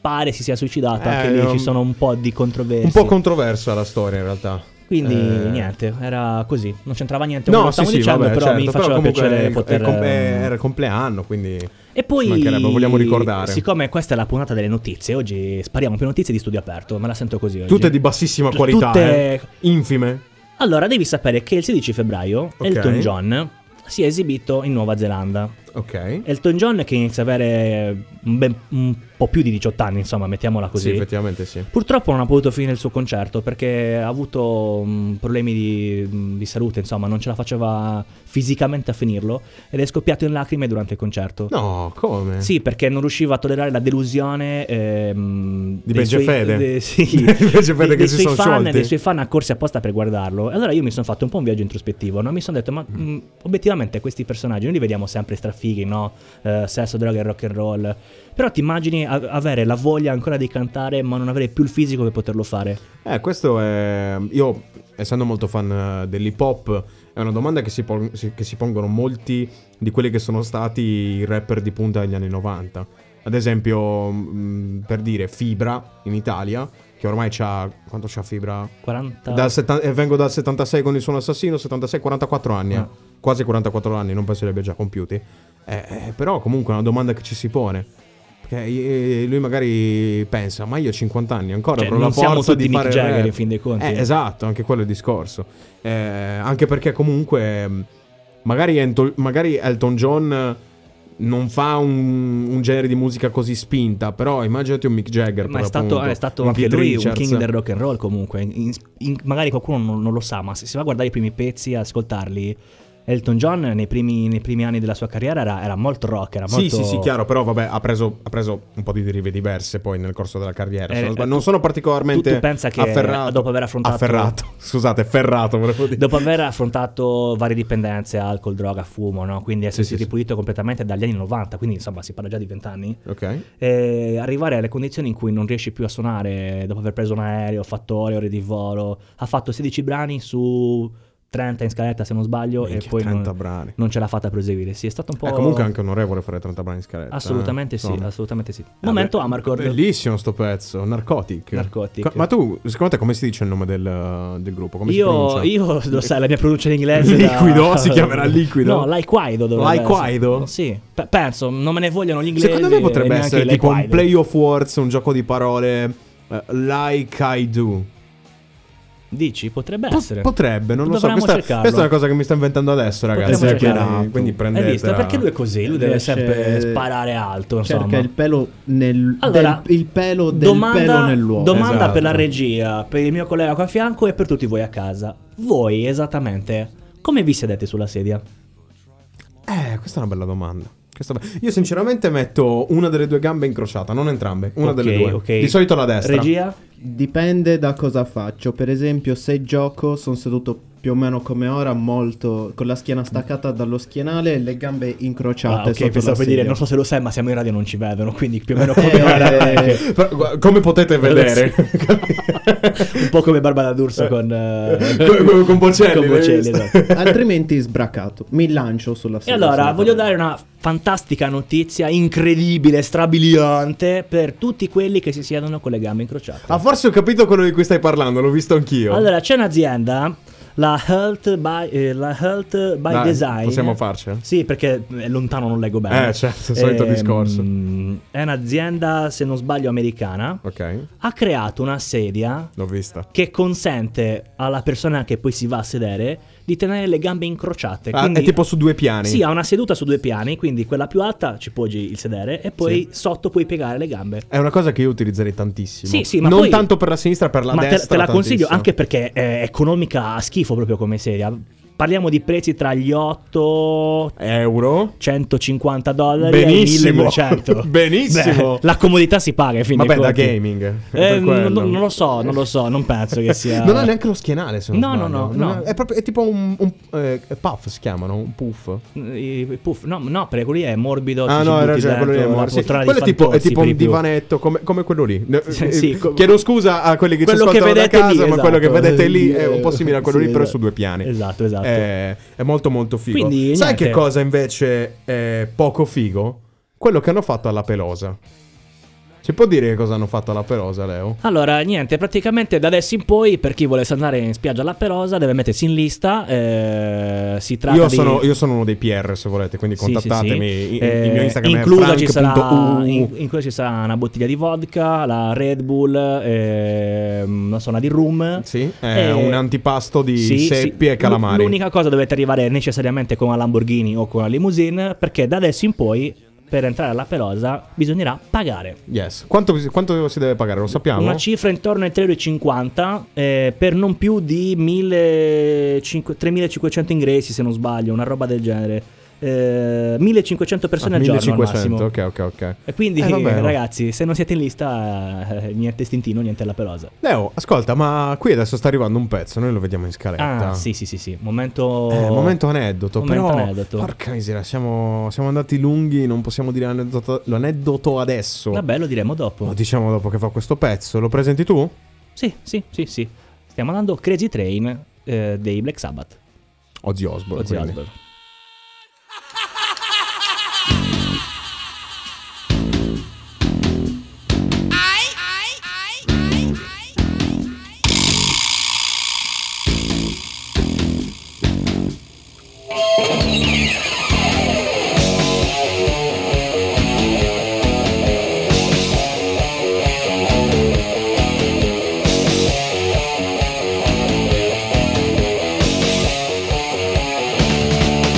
D: pare si sia suicidato
C: Eh,
D: anche lì
C: non-
D: ci sono un po' di controversie
C: Un po' controversa la storia in realtà.
D: quindi
C: Eh,
D: niente era così non c'entrava niente quello
C: No,
D: che
C: sì,
D: stavo
C: sì,
D: dicendo
C: vabbè,
D: però
C: certo,
D: mi
C: però
D: faceva
C: comunque
D: piacere
C: è-
D: poter
C: è com- è-
D: ehm,
C: era il compleanno, quindi
D: e poi
C: ci mancherebbe, vogliamo ricordare.
D: siccome questa è la puntata delle notizie oggi spariamo più notizie di studio aperto me la sento così oggi.
C: tutte di bassissima qualità,
D: Tutte-
C: eh. infime.
D: allora devi sapere che il 16 febbraio
C: Ok.
D: Elton John si è esibito in Nuova Zelanda
C: Ok.
D: Elton John che inizia a avere un, ben- un po' più di 18 anni, insomma, mettiamola
C: Sì,
D: così.
C: effettivamente sì.
D: Purtroppo non ha potuto finire il suo concerto perché ha avuto mh, problemi di, mh, di salute, insomma, non ce la faceva fisicamente a finirlo ed è scoppiato in lacrime durante il concerto.
C: No, come?
D: Sì, perché non riusciva a tollerare la delusione ehm,
C: Di
D: dei
C: Benji e
D: suoi-
C: Fede. [LAUGHS]
D: de- sì,
C: Di Benji e Fede
D: dei-
C: che
D: dei
C: si
D: suoi
C: sono
D: fan,
C: sciolti.
D: Dei suoi fan accorsi apposta per guardarlo. E allora io mi sono fatto un po' un viaggio introspettivo. no? Mi sono detto, ma
C: Mm.
D: mh, obiettivamente questi personaggi noi li vediamo sempre strafighi, no? Eh, sesso, droga e rock and roll. Però ti immagini a- avere la voglia ancora di cantare, ma non avere più il fisico per poterlo fare.
C: Eh, questo è. Io, essendo molto fan eh, dell'hip hop, è una domanda che si, pon- si- che si pongono molti di quelli che sono stati i rapper di punta degli anni 90. Ad esempio, mh, per dire Fibra in Italia, che ormai c'ha. Quanto c'ha Fibra?
D: 40...
C: Dal settan- eh, vengo dal 76 con il suono assassino, 76, 44 anni. eh.
D: Ah.
C: Quasi 44 anni, non penso li abbia già compiuti. Eh, eh, però comunque è una domanda che ci si pone. Perché eh, lui magari pensa, ma io ho 50 anni, ancora
D: Cioè,
C: avrò
D: non
C: la
D: siamo
C: forza
D: tutti
C: di
D: Mick
C: fare
D: Jagger,
C: rap."
D: in fin dei conti.
C: Eh, esatto, anche quello è il discorso. Eh, anche perché comunque mh, magari, Ento- magari Elton John eh, non fa un, un genere di musica così spinta, però immaginati un Mick Jagger.
D: Eh, Ma
C: per
D: è stato,
C: l'appunto,
D: è stato
C: un
D: anche
C: Keith
D: lui
C: Richards.
D: un king del rock and roll comunque. In- in- magari qualcuno non, non lo sa, ma se si va a guardare i primi pezzi e ascoltarli, Elton John nei primi, nei primi anni della sua carriera era, era molto rock, era molto...
C: Sì, sì, sì, chiaro, però vabbè, ha preso, ha preso un po' di derive diverse poi nel corso della carriera. se
D: Eh,
C: non sbaglio.
D: tu-
C: non sono particolarmente
D: tu- tu pensa che
C: afferrato,
D: dopo aver affrontato-
C: Afferrato, [LAUGHS] scusate, ferrato, volevo dire.
D: Dopo aver affrontato varie dipendenze, alcol, droga, fumo, no? quindi essersi
C: sì, sì.
D: ripulito completamente dagli anni 90, quindi insomma si parla già di 20 anni,
C: Ok.
D: e arrivare alle condizioni in cui non riesci più a suonare dopo aver preso un aereo, fatto ore e ore di volo, ha fatto 16 brani su 30 in scaletta se non sbaglio e
C: Minchia,
D: poi non,
C: 30 brani.
D: Ah, non ce l'ha fatta a proseguire. Sì, è stato un po'...
C: Eh, comunque è anche onorevole fare 30 brani in scaletta.
D: Assolutamente
C: eh.
D: sì,
C: Insomma.
D: assolutamente sì.
C: Eh,
D: Momento
C: beh,
D: Amarcord.
C: Bellissimo sto pezzo, Narcotic.
D: Narcotic.
C: Co- ma tu, secondo te come si dice il nome del, del gruppo? Come si
D: Io,
C: pronuncia? Eh,
D: io lo sai, la mia pronuncia in inglese.
C: Liquido?
D: da-
C: Si chiamerà liquido?
D: No, Laiquaido dovrebbe
C: Laiquaido?
D: essere. Sì, pe- penso, non me ne vogliono gli inglesi.
C: Secondo me
D: e
C: potrebbe
D: neanche
C: essere tipo un
D: Laiquaido.
C: play of words, un gioco di parole eh, like I do.
D: Dici, potrebbe
C: Po-
D: essere.
C: potrebbe, non lo so.
D: Dovremmo
C: Questa,
D: cercarlo.
C: questa è una cosa che mi sto inventando adesso, ragazzi.
D: Potremmo
C: quindi-
E: cercarlo.
C: Quindi
D: Hai
C: prendetela.
D: Eh, visto? Perché lui è così, lui deve
E: Riesce-
D: sempre sparare alto, insomma.
E: Cerca il pelo nel
D: All'uovo
E: del, il pelo del pelo nell'uovo.
D: Domanda
C: Esatto.
D: per la regia, per il mio collega qua a fianco e per tutti voi a casa. Voi esattamente come vi sedete sulla sedia?
C: Eh, questa è una bella domanda. Questa be- Io sinceramente metto una delle due gambe incrociata, non entrambe, una
D: Ok,
C: delle due.
D: ok.
C: Di solito la destra. [LAUGHS]
D: Regia?
E: Dipende da cosa faccio. Per esempio, se gioco, sono seduto più o meno come ora, molto con la schiena staccata dallo schienale e le gambe
D: Ah,
E: incrociate.
D: ok,
E: sotto
D: pensavo
E: la
D: per dire,
E: sedia.
D: non so se lo sai, ma siamo in radio non ci vedono, quindi più o meno come
E: [LAUGHS] Eh,
C: Però, gu- come potete vedere, [LAUGHS]
D: [LAUGHS] un po' come Barbara D'Urso con eh,
C: Con- con- con Bocelli, eh.
D: con
C: l'hai visto? [LAUGHS]
D: esatto.
E: [LAUGHS] Altrimenti sbraccato, mi lancio sulla
D: E
E: sedia.
D: allora,
E: sulla
D: voglio
E: tavola.
D: dare una fantastica notizia incredibile, strabiliante per tutti quelli che si siedono con le gambe incrociate.
C: ah, forse ho capito quello di cui stai parlando, l'ho visto anch'io.
D: Allora, c'è un'azienda, la Health by, eh, la Health by
C: Dai,
D: Design.
C: possiamo farcela?
D: Sì, perché è lontano, non leggo bene.
C: Eh, certo, il solito
D: Ehm,
C: discorso.
D: È un'azienda, se non sbaglio, americana.
C: Ok,
D: Ha creato una sedia
C: l'ho vista.
D: che consente alla persona che poi si va a sedere di tenere le gambe incrociate.
C: Ah,
D: quindi-
C: è tipo su due piani.
D: Sì, ha una seduta su due piani, quindi quella più alta ci poggi il sedere e poi sotto puoi piegare le gambe.
C: È una cosa che io utilizzerei tantissimo.
D: Sì, sì, ma
C: non
D: poi-
C: tanto per la sinistra, per la
D: Ma te-
C: destra.
D: te, la consiglio
C: tantissimo.
D: anche perché è economica a schifo proprio come sedia. Parliamo di prezzi tra gli 8
C: Euro.
D: 150 dollari
C: Benissimo.
D: e i 1200.
C: [LAUGHS] Benissimo.
D: Beh, la comodità si paga in fin dei
C: Vabbè, da
D: conti.
C: gaming. è
D: Eh,
C: per quello.
D: non, non lo so, non lo so, non
C: [LAUGHS]
D: penso che sia
C: Non ha neanche lo schienale, se non
D: No, no,
C: sbaglio.
D: no,
C: Non
D: no.
C: ha- È, proprio, è tipo un, un eh, puff, si chiamano, un
D: Oh,
C: puff.
D: I- i puff. No, no, perché quello lì è morbido.
C: Ah
D: ci
C: no,
D: butti
C: hai ragione,
D: dentro
C: quello lì è
D: la
C: morto. Sì,
D: poltrona di
C: Quello è tipo, è
D: Fantozzi
C: tipo
D: per
C: un
D: i più.
C: divanetto come, come quello
D: [LAUGHS]
C: lì. Ne- eh,
D: Sì, co-
C: Chiedo scusa a quelli che ci
D: Quello che
C: ascoltano da
D: vedete lì,
C: casa, ma
D: esatto.
C: quello che vedete lì è un po' simile a quello
E: Sì,
C: lì, però è su
E: esatto.
C: due piani.
D: Esatto, esatto.
C: È, è molto molto figo.
D: Quindi,
C: Sai
D: niente.
C: che cosa invece è poco figo? Quello che hanno fatto alla pelosa. Ci può dire che cosa hanno fatto alla pelosa, Leo?
D: Allora, niente, praticamente da adesso in poi, per chi volesse andare in spiaggia alla Perosa, deve mettersi in lista. eh, si tratta
C: Io
D: di...
C: sono, io sono uno dei PR se volete, quindi
D: Sì, sì, sì.
C: contattatemi. I-
D: Eh,
C: il mio Instagram
D: inclusa
C: è
D: ci sarà,
C: frank.u.
D: in- inclusa ci sarà una bottiglia di vodka, la Red Bull, ehm, una zona di rum.
C: Sì, è
D: Eh,
C: un antipasto di seppi e calamari.
D: L- L'unica cosa dovete arrivare necessariamente con una Lamborghini o con una limousine, perché da adesso in poi, per entrare alla Perosa, bisognerà pagare.
C: Yes. Quanto, quanto si deve pagare? Lo sappiamo?
D: Una cifra intorno ai 3,50 euro eh, per non più di 1500 3500 ingressi, se non sbaglio, una roba del genere. Eh, 1500 persone
C: Ah,
D: al giorno al
C: 1500,
D: massimo.
C: ok, ok, ok.
D: E quindi,
C: Eh, vabbè.
D: ragazzi, se non siete in lista, eh, niente stintino, niente la perosa.
C: Leo, ascolta, ma qui adesso sta arrivando un pezzo, noi lo vediamo in scaletta.
D: Ah, sì, sì, sì, sì. Momento,
C: Eh, momento aneddoto,
D: Momento
C: però
D: aneddoto.
C: porca miseria, siamo, siamo andati lunghi, non possiamo dire l'aneddoto, l'aneddoto adesso.
D: Vabbè, lo diremo dopo.
C: Lo diciamo dopo che fa questo pezzo, lo presenti tu?
D: Sì, sì, sì, sì. Stiamo andando Crazy Train eh, dei Black Sabbath.
C: Ozzy Osbourne.
D: Ozzy
C: Boh, quindi.
D: Osbourne.
G: I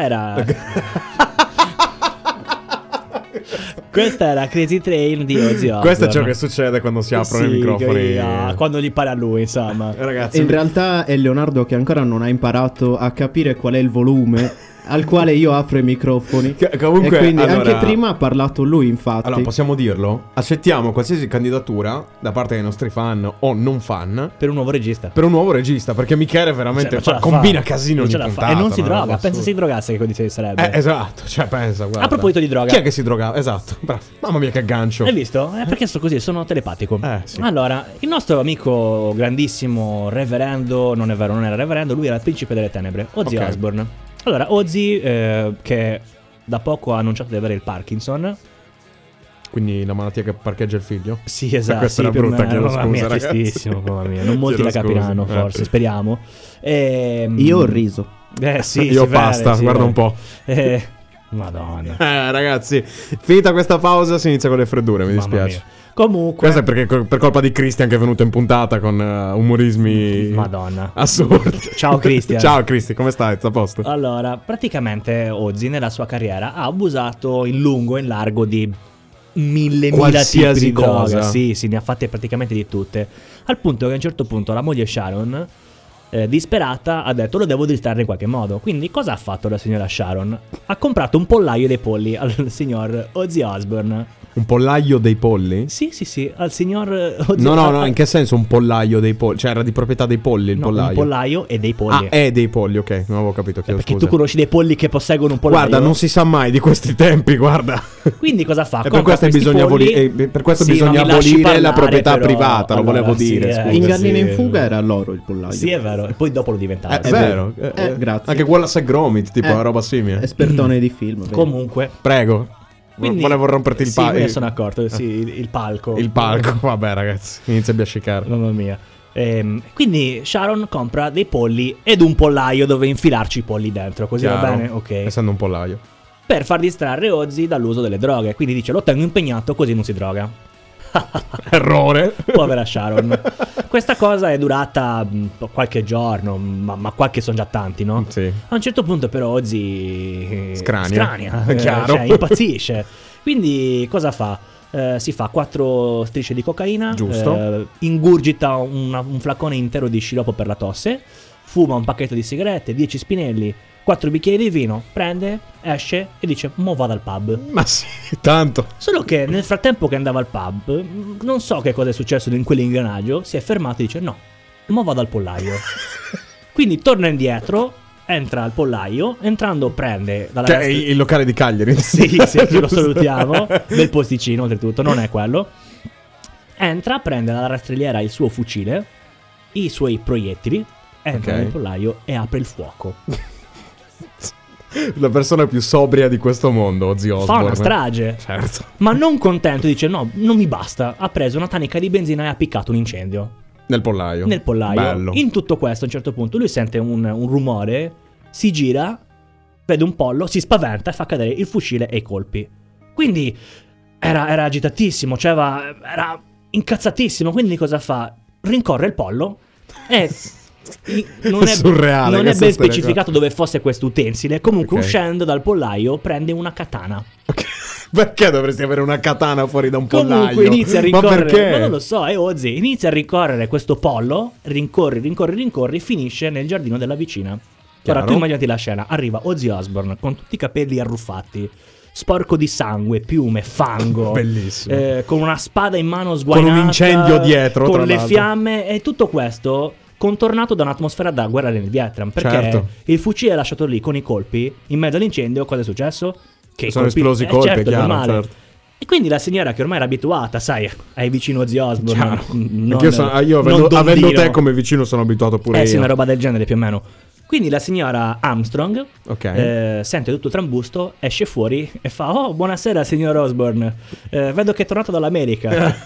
C: [LAUGHS]
D: era. Questa era Crazy Train di Ozzy Osbourne.
C: Questo è ciò che succede quando si aprono i
D: Ah, Sì,
C: microfoni.
D: che- ah, quando gli pare a lui, insomma.
C: Eh, Ragazzi,
E: In realtà è Leonardo che ancora non ha imparato a capire qual è il volume al quale io apro i microfoni.
C: Che- comunque,
E: e quindi
C: allora-
E: anche prima ha parlato lui, infatti.
C: allora possiamo dirlo? Accettiamo qualsiasi candidatura da parte dei nostri fan o non fan
D: Per un nuovo regista.
C: per un nuovo regista, perché Michele veramente
D: Cioè, non ce
C: fa-
D: la fa.
C: combina casino
D: Non
C: ogni
D: ce la fa.
C: puntata,
D: E non si
C: ma è una
D: droga.
C: roba
D: Pensa si
C: assurda.
D: drogasse che condizioni sarebbe.
C: Eh, esatto, cioè pensa, guarda.
D: proposito di droga.
C: Chi è che si drogava? Esatto, [LAUGHS] bravo. Mamma mia che gancio.
D: Hai visto? Eh, perché sono così, sono telepatico.
C: Eh, sì.
D: Allora, il nostro amico grandissimo reverendo, non è vero, non era reverendo, lui era il principe delle tenebre, Ozzy
C: Ok.
D: Osbourne. Allora, Ozzy, eh, che da poco ha annunciato di avere il Parkinson.
C: Quindi la malattia che parcheggia il figlio. [LAUGHS]
D: Sì, esatto.
C: questa
D: sì,
C: era
D: per
C: brutta,
D: me-
C: chiedo
D: mamma mia,
C: scusa, ragazzi.
D: tristissimo, mamma mia. Non molti la
C: Chiedo scusa.
D: capiranno,
C: Eh.
D: forse, speriamo. Ehm,
E: Io ho riso.
D: Eh sì,
C: Io
D: sì,
C: basta,
D: vero, sì,
C: guarda
D: vero.
C: un po'.
D: Eh, Madonna.
C: Eh, ragazzi, finita questa pausa si inizia con le freddure, mi
D: Mamma
C: dispiace.
D: mia. Comunque,
C: Questo è perché co- per colpa di Christian che è venuto in puntata con eh, umorismi
D: Madonna.
C: assurdi.
D: Ciao, Christian.
C: Ciao Cristian, come stai? Sta a posto?
D: Allora, praticamente Ozzy nella sua carriera ha abusato in lungo e in largo di mille mila tipi
C: Qualsiasi
D: di
C: cosa.
D: cose. Sì, sì, ne ha fatte praticamente di tutte. Al punto che a un certo punto la moglie Sharon, eh, disperata, ha detto lo devo distrarre in qualche modo. Quindi cosa ha fatto la signora Sharon? Ha comprato un pollaio dei polli al [LAUGHS] signor Ozzy Osbourne.
C: Un pollaio dei polli?
D: Sì, sì, sì, al signor eh, Ozzy
C: No, no, no,
D: al-
C: in che senso un pollaio dei polli? Cioè era di proprietà dei polli il
D: no,
C: pollaio.
D: un pollaio e dei polli.
C: Ah, è dei polli, ok, non avevo capito, chiedo
D: perché
C: scusa.
D: tu conosci dei polli che posseggono un pollaio?
C: Guarda, non si sa mai di questi tempi, guarda.
D: Quindi cosa fa?
C: E per
D: Compra
C: questo,
D: questi
C: bisogna,
D: polli-
C: avoli- eh, per questo
D: Sì,
C: bisogna
D: ma mi lasci
C: abolire la
D: parlare,
C: proprietà
D: però.
C: privata, lo
D: Allora,
C: volevo
D: sì,
C: dire.
D: eh.
C: scusa,
E: In gallina
C: sì.
E: in fuga era l'oro il pollaio.
D: Sì, è vero. E poi dopo lo
C: Eh, è
D: diventava. Ah, Sì.
C: vero.
E: vero.
C: eh,
E: Eh, grazie.
C: Anche Wallace e Gromit, tipo
E: Eh.
C: una roba simile.
E: Espertone di
D: [CLEARS THROAT]
E: film. vedi.
D: Comunque.
C: Prego.
D: Quindi,
C: Volevo romperti il,
D: sì,
C: pa-
D: me ne
C: il- eh.
D: sono accorto. Sì, il, il palco.
C: il palco. Vabbè, ragazzi, inizia a biascicare.
D: Mamma mia. Ehm, quindi Sharon compra dei polli ed un pollaio dove infilarci i polli dentro. Così va
C: Chiaro. Esatto.
D: bene? Ok.
C: Essendo un pollaio.
D: Per far distrarre Ozzy dall'uso delle droghe. Quindi dice: Lo tengo impegnato così non si droga.
C: Errore.
D: Povera Sharon. Questa cosa è durata mh, qualche giorno, ma, ma qualche sono già tanti, no?
C: [LAUGHS] sì.
D: A un certo punto però Ozzy eh,
C: Scrania.
D: scrania, eh,
C: Chiaro.
D: cioè impazzisce. Quindi cosa fa? Eh, si fa quattro strisce di cocaina,
C: Giusto.
D: eh, ingurgita una- un flacone intero di sciroppo per la tosse, fuma un pacchetto di sigarette, 10 spinelli, quattro bicchieri di vino, prende, esce e dice mo vado al pub.
C: Ma sì, tanto.
D: Solo che nel frattempo che andava al pub, mh, non so che cosa è successo in quell'ingranaggio, si è fermato e dice no, mo vado al pollaio. Quindi torna indietro, entra al pollaio, entrando prende dalla
C: Che è
D: destra-
C: Cioè, il locale di Cagliari.
D: [LAUGHS] Sì,
C: [LAUGHS]
D: sì, ce lo
C: Giusto.
D: salutiamo, bel posticino oltretutto, non è quello. Entra, prende dalla rastrelliera il suo fucile, i suoi proiettili, entra
C: Ok.
D: nel pollaio e apre il fuoco.
C: La persona più sobria di questo mondo, zio
D: Fa
C: Osborne.
D: una strage.
C: Certo.
D: Ma non contento, dice: No, non mi basta. Ha preso una tanica di benzina e ha piccato un incendio
C: Nel pollaio.
D: nel pollaio.
C: Bello.
D: In tutto questo, a un certo punto, lui sente un, un rumore, si gira, vede un pollo, si spaventa e fa cadere il fucile e i colpi. Quindi era, era agitatissimo, cioè va- era incazzatissimo. Quindi cosa fa? Rincorre il pollo e. i- Non
C: È [LAUGHS] surreale
D: non è
C: questa
D: ben
C: storia
D: specificato dove fosse questo utensile. Comunque,
C: Ok.
D: uscendo dal pollaio, prende una katana.
C: [LAUGHS] Perché dovresti avere una katana fuori da un pollaio?
D: Comunque inizia a
C: Ma
D: rincorrere,
C: perché?
D: ma non lo so, è Ozzy, inizia a rincorrere questo pollo, rincorri, rincorri, rincorri, finisce nel giardino della vicina.
C: Chiaro.
D: Ora tu immaginati la scena, arriva Ozzy Osbourne con tutti i capelli arruffati, sporco di sangue, piume,
C: [LAUGHS]
D: fango,
C: Bellissimo.
D: eh, con una spada in mano sguainata,
C: Con un incendio dietro,
D: con
C: tra
D: le
C: l'altro.
D: fiamme e tutto questo contornato da un'atmosfera da guerra nel Vietnam, perché
C: Certo.
D: il fucile è lasciato lì con i colpi, in mezzo all'incendio cosa è successo? Che
C: Sono esplosi i
D: eh,
C: colpi, è
D: certo,
C: chiaro,
D: normale.
C: certo.
D: E quindi la signora che ormai era abituata, sai, ai vicino zio Osborne. non-
C: Perché io, sono- io
D: non
C: avendo, avendo
D: Dondino.
C: te come vicino sono abituato pure
D: Eh
C: io.
D: sì, una roba del genere più o meno. Quindi la signora Armstrong
C: Ok.
D: eh, sente tutto il trambusto, esce fuori e fa Oh, buonasera signor Osborne, Eh, vedo che è
C: [LAUGHS]
D: tornato dall'America,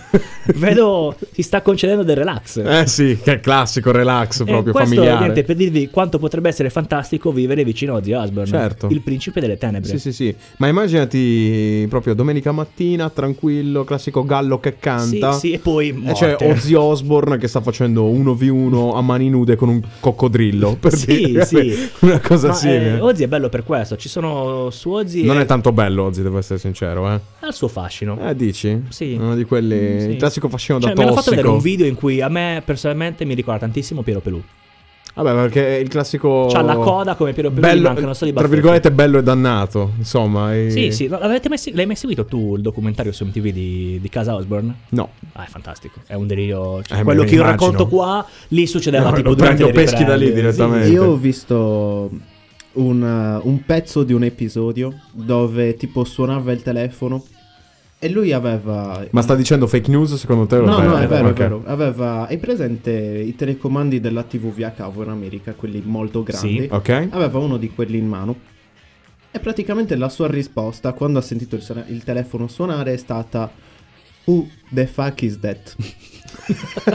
D: vedo si sta concedendo del relax.
C: Eh sì, che è classico, relax,
D: E
C: proprio
D: Eh, questo,
C: familiare.
D: niente, per dirvi quanto potrebbe essere fantastico vivere vicino a zio Osborne,
C: Certo.
D: il principe delle tenebre.
C: Sì, sì, sì. Ma immaginati proprio domenica mattina, tranquillo, classico gallo che canta.
D: Sì, sì, e poi
C: E c'è
D: morte.
C: Ozzy Osbourne che sta facendo 1v1 a mani nude con un coccodrillo. Per
D: Sì, sì, sì.
C: [LAUGHS] Una cosa
D: Ma,
C: simile.
D: eh, Ozzy è bello per questo. Ci sono su Ozzy
C: non
D: e-
C: è tanto bello oggi, devo essere sincero, eh.
D: ha il suo fascino.
C: Eh, dici?
D: Sì.
C: Uno di quelli.
D: Mm, sì.
C: Il classico fascino
D: Cioè,
C: da
D: mi hanno fatto vedere
C: tossico.
D: un video in cui a me personalmente mi ricorda tantissimo Piero Pelù.
C: Vabbè, perché il classico.
D: C'ha la coda come Piero Pelù, gli
C: bello,
D: mancano solo i
C: Tra
D: baffetti.
C: virgolette, bello e dannato. Insomma. e-
D: Sì, sì. L'avete mai, se- l'hai mai seguito tu il documentario su MTV di, di Casa Osborne?
C: No.
D: Ah, è fantastico. È un delirio. Cioè,
C: Eh,
D: quello
C: me
D: che io
C: immagino.
D: racconto qua, lì succedeva
C: No,
D: tipo
C: [LAUGHS] lo
D: durante
C: prendo
D: le
C: peschi da lì
D: riprese.
C: direttamente.
E: Io ho visto un, uh, un pezzo di un episodio dove tipo suonava il telefono e lui aveva...
C: Ma sta dicendo fake news, secondo te? o
E: No, no, è vero, è
C: Ok.
E: vero. Aveva... Hai presente i telecomandi della TV via cavo in America, quelli molto grandi?
D: Sì.
C: Ok.
E: Aveva uno di quelli in mano. E praticamente la sua risposta quando ha sentito il, suona- il telefono suonare è stata Who the fuck is that?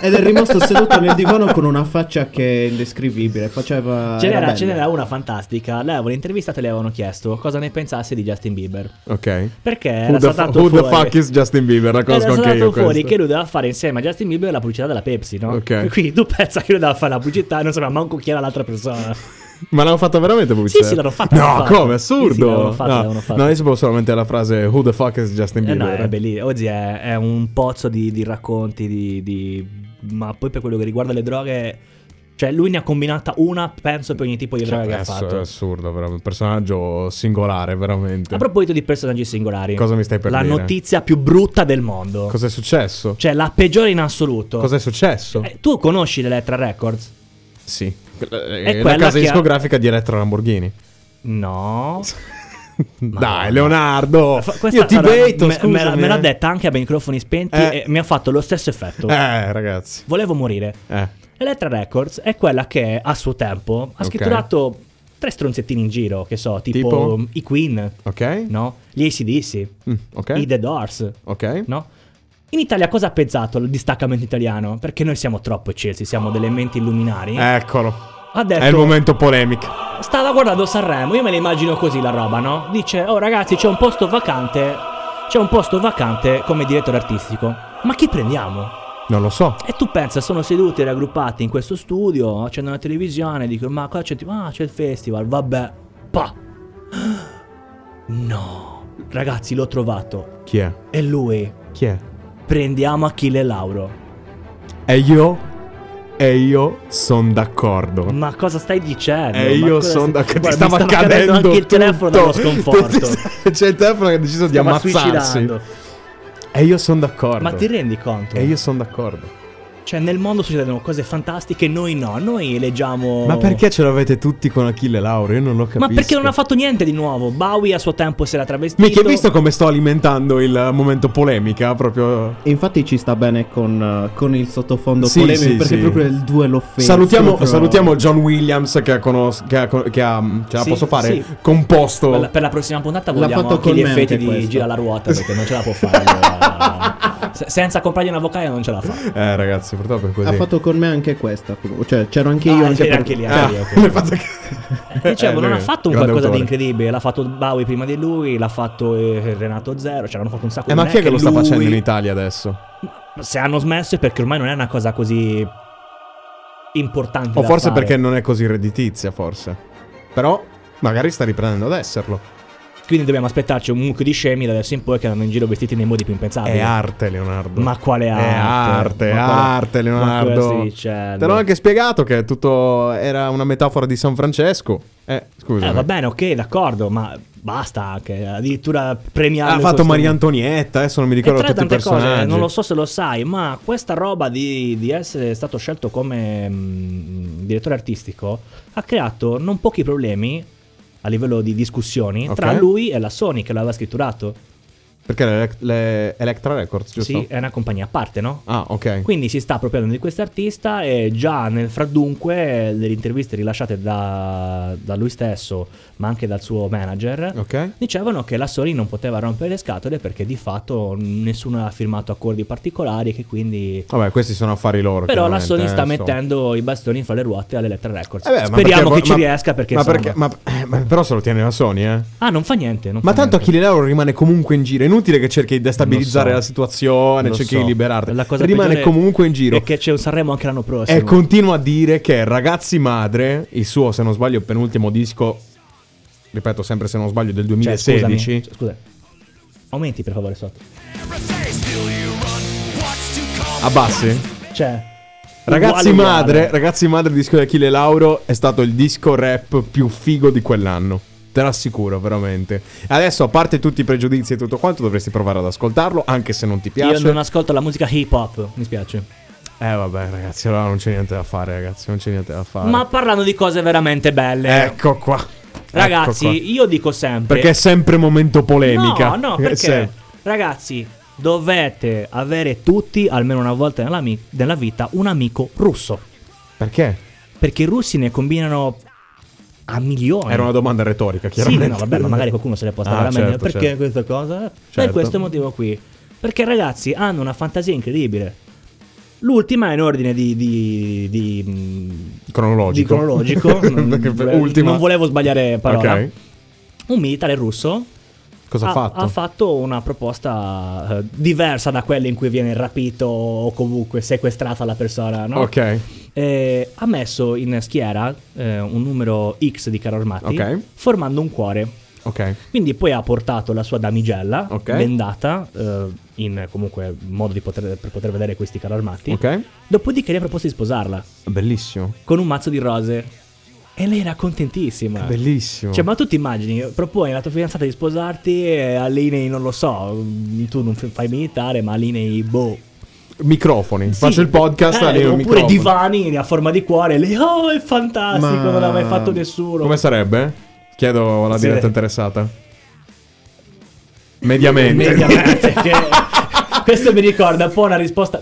E: Ed è rimasto seduto nel divano con una faccia che è indescrivibile. Faceva.
C: Ah,
D: Ce
E: era
D: n'era,
E: bello.
D: ce n'era una fantastica. Lei aveva l'intervistata e le avevano chiesto cosa ne pensasse di Justin Bieber.
C: Ok.
D: Perché
C: Who
D: era
C: the,
D: saltato
C: fu- who the
D: fuori.
C: fuck is Justin Bieber? La
D: Era
C: conosco anche
D: saltato
C: io.
D: fuori
C: questa.
D: che lui doveva fare insieme a Justin Bieber la pubblicità della Pepsi, no?
C: Ok.
D: E Quindi tu [LAUGHS] pensa che lui doveva fare la pubblicità e non sapeva manco chi era l'altra persona.
C: Ma l'hanno fatta veramente pubblicità?
D: Sì, sì, l'hanno fatta,
C: No,
D: l'hanno fatta.
C: come?
D: Sì, sì,
C: Assurdo.
D: l'hanno fatta,
C: no.
D: l'hanno fatta.
C: no, io sapevo solamente la frase Who the fuck is Justin
D: Eh no,
C: Bieber?
D: vabbè, lì oggi è, è un pozzo di, di racconti, di, di- ma poi per quello che riguarda le droghe, cioè lui ne ha combinata una, penso, per ogni tipo di droga
C: Cioè,
D: che
C: è
D: ha
C: ass-
D: fatto.
C: è assurdo, però, un personaggio singolare, veramente.
D: A proposito di personaggi singolari,
C: Cosa mi stai per
D: la
C: dire?
D: notizia più brutta del mondo,
C: Cos'è successo?
D: cioè la peggiore in assoluto.
C: Cos'è successo?
D: Eh, tu conosci l'Elettra Records?
C: sì. Eh,
D: è
C: È la
D: quella
C: casa
D: che ha-
C: discografica di Elettra Lamborghini. [LAUGHS]
D: No.
C: Dai, Leonardo.
D: Fa- questa-
C: Io ti
D: allora,
C: beito,
D: me-
C: scusami.
D: me, l'ha- me l'ha
C: eh.
D: detta anche a microfoni spenti
C: Eh.
D: e mi ha fatto lo stesso effetto.
C: Eh, ragazzi.
D: Volevo morire.
C: Eh.
D: Elettra Records è quella che a suo tempo ha
C: Ok.
D: scritturato tre stronzettini in giro, che so, tipo,
C: Tipo?
D: um, i Queen,
C: Ok?
D: no? Gli ACDC,
C: Mm, ok.
D: i The Doors,
C: Ok.
D: no? In Italia cosa ha pensato il distaccamento italiano? Perché noi siamo troppo eccelsi, siamo delle menti illuminari.
C: Eccolo.
D: ha detto,
C: Eh, È il momento polemico.
D: stava guardando Sanremo, io me la immagino così la roba, no? Dice, oh ragazzi c'è un posto vacante, c'è un posto vacante come direttore artistico. Ma chi prendiamo?
C: Non lo so.
D: E tu pensa, sono seduti raggruppati in questo studio, accendono la televisione, dicono ma qua c'è tipo, ah c'è il festival, vabbè, pa. [GASPS] No, ragazzi l'ho trovato,
C: Chi è?
D: è lui,
C: Chi è?
D: prendiamo Achille Lauro.
C: E io. E io sono d'accordo.
D: Ma cosa stai dicendo?
C: E
D: Mm, Ma
C: Eh, io
D: cosa
C: sono
D: stai-
C: d'accordo. Ti
D: Guarda,
C: stava,
D: mi
C: cadendo.
D: anche il
C: tutto.
D: telefono
C: [LAUGHS]
D: dallo
C: Ti
D: sconforto.
C: sta- C'è il telefono che ha deciso di
D: Stava
C: ammazzarsi.
D: suicidando.
C: E io sono d'accordo.
D: Ma ti rendi conto?
C: E Eh, io sono d'accordo.
D: Cioè, nel mondo succedono cose fantastiche, noi no, noi leggiamo.
C: Ma perché ce l'avete tutti con Achille Lauro? Io non lo capisco.
D: Oh. Ma perché non ha fatto niente di nuovo? Bowie a suo tempo si era travestito.
C: Mica, hai visto come sto alimentando il momento polemica? Proprio.
E: Infatti ci sta bene con, uh, con il sottofondo
C: Sì,
E: polemico
C: sì,
E: perché
C: sì.
E: proprio il due lo fece.
C: Salutiamo,
E: proprio-
C: salutiamo John Williams che ha, conos- che ha, con- che ha- ce la
D: Sì,
C: posso fare
D: sì.
C: composto.
D: Per la, per la prossima puntata
E: L'ha
D: vogliamo
E: fatto
D: anche
E: col
D: gli
E: meme
D: effetti di
E: questo.
D: gira la ruota perché non ce la
C: [LAUGHS]
D: può fare. Se- senza comprargli una vocale non ce la fa.
C: Eh ragazzi, purtroppo è così.
E: Ha fatto con me anche questa. comunque. Cioè, c'ero anche io.
D: Ah,
E: anche
D: sì,
E: per-
D: anche lì,
C: Ah, [LAUGHS]
D: anche lì, ok.
C: l'hai fatto-
D: Dicevo,
C: Eh,
D: non ha
C: lui,
D: fatto un
C: grande
D: qualcosa di
C: autore.
D: incredibile. L'ha fatto Bowie prima di lui, l'ha fatto eh, Renato Zero. Cioè, hanno fatto un sacco di
C: Eh, ma
D: non
C: chi è che lo sta
D: lui-
C: facendo in Italia adesso?
D: Se hanno smesso è perché ormai non è una cosa così importante.
C: O
D: da
C: forse
D: fare.
C: perché non è così redditizia, forse. Però magari sta riprendendo ad esserlo.
D: Quindi dobbiamo aspettarci un mucchio di scemi da adesso in poi che andranno in giro vestiti nei modi più impensabili.
C: È arte, Leonardo.
D: Ah, Ma quale
C: È arte,
D: arte?
C: è
D: Ma quale-
C: arte,
D: ma cosa
C: Leonardo.
D: stai dicendo?
C: Te l'ho anche spiegato che tutto era una metafora di San Francesco. Eh, scusa.
D: Eh, va bene, ok, d'accordo, ma basta anche. Addirittura premiare.
C: Ha fatto Maria Antonietta, adesso non mi ricordo tutti i personaggi.
D: eh, non lo so se lo sai, ma questa roba di, di essere stato scelto come mm, direttore artistico ha creato non pochi problemi a livello di discussioni
C: Ok.
D: tra lui e la Sony che l'aveva scritturato.
C: Perché le, le Electra Records, giusto?
D: Sì, eh. è una compagnia a parte, no?
C: Ah, ok.
D: Quindi si sta appropriando di quest'artista e già nel fradunque delle interviste rilasciate da, da lui stesso, ma anche dal suo manager,
C: Ok.
D: dicevano che la Sony non poteva rompere le scatole perché di fatto nessuno ha firmato accordi particolari e che quindi...
C: Vabbè, questi sono affari loro.
D: Però la Sony
C: chiaramente,
D: sta
C: eh, insomma.
D: mettendo i bastoni fra le ruote all'Electra Records.
C: Eh beh, ma
D: Speriamo
C: perché-
D: che ci
C: ma-
D: riesca perché...
C: Ma
D: insomma-
C: perché? Ma, eh, ma però se lo tiene la Sony, eh.
D: Ah, non fa niente. non
C: Ma
D: fa
C: tanto
D: niente.
C: Achille Lauro rimane comunque in giro. È inutile che cerchi di destabilizzare
D: Lo so.
C: la situazione,
D: Lo
C: cerchi
D: so.
C: di liberarti.
D: La cosa
C: Rimane
D: peggiore
C: comunque in giro.
D: È che c'è un Sanremo anche l'anno prossimo.
C: E continua a dire che Ragazzi Madre, il suo, se non sbaglio, penultimo disco, ripeto sempre se non sbaglio, del
D: Cioè,
C: 2016.
D: scusami, cioè, scusa. Aumenti per favore sotto.
C: Abbassi?
D: Cioè,
C: Ragazzi
D: Uguale,
C: Madre,
D: uguale.
C: Ragazzi Madre, disco di Achille Lauro è stato il disco rap più figo di quell'anno. Te l'assicuro, veramente. Adesso, a parte tutti i pregiudizi e tutto quanto, dovresti provare ad ascoltarlo, anche se non ti piace.
D: io non ascolto la musica hip hop, mi spiace.
C: Eh, vabbè, ragazzi, allora non c'è niente da fare, ragazzi, non c'è niente da fare.
D: Ma parlando di cose veramente belle.
C: Ecco qua.
D: Ragazzi,
C: Ecco qua.
D: io dico sempre
C: Perché è sempre momento polemica.
D: No, no,
C: [LAUGHS] È
D: perché
C: sempre-
D: ragazzi, dovete avere tutti almeno una volta nella, mi- nella vita un amico russo,
C: Perché?
D: perché i russi ne combinano a milioni.
C: Era una domanda retorica,
D: Sì,
C: chiaramente.
D: no, vabbè,
C: [LAUGHS]
D: ma magari qualcuno se l'è posta
C: Ah,
D: veramente
C: certo,
D: perché
C: certo.
D: questa cosa? Per
C: Certo.
D: questo motivo qui. Perché ragazzi hanno una fantasia incredibile. L'ultima è in ordine di, di, di, mh, di
C: Cronologico. [LAUGHS]
D: cronologico.
C: Perché per- ultima.
D: Non volevo sbagliare parola. Ah,
C: Ok.
D: Un militare russo
C: Cosa ha, fatto?
D: una proposta eh, diversa da quella in cui viene rapito o comunque sequestrata la persona, no?
C: Ok.
D: Eh, ha messo in schiera eh, un numero X di carri armati,
C: Ok.
D: formando un cuore.
C: Ok.
D: Quindi poi ha portato la sua damigella,
C: Ok.
D: bendata, eh, in comunque modo di poter, per poter vedere questi carri armati.
C: Ok.
D: Dopodiché le ha proposto di sposarla
C: Bellissimo.
D: con un mazzo di rose. E lei era contentissima.
C: Bellissimo.
D: Cioè, ma tu ti immagini, proponi alla tua fidanzata di sposarti e allinei, non lo so, mm, tu non f- fai militare, ma allinei, boh.
C: Microfoni.
D: Sì,
C: Faccio il podcast,
D: eh,
C: alleno il
D: Oppure
C: microfono.
D: divani a forma di cuore, lei, oh, è fantastico,
E: Ma-
D: non l'ha mai fatto nessuno.
C: Come sarebbe? Chiedo alla
D: Sì.
C: diretta interessata. Mediamente. [LAUGHS]
D: Mediamente, che... Questo mi ricorda un po' una risposta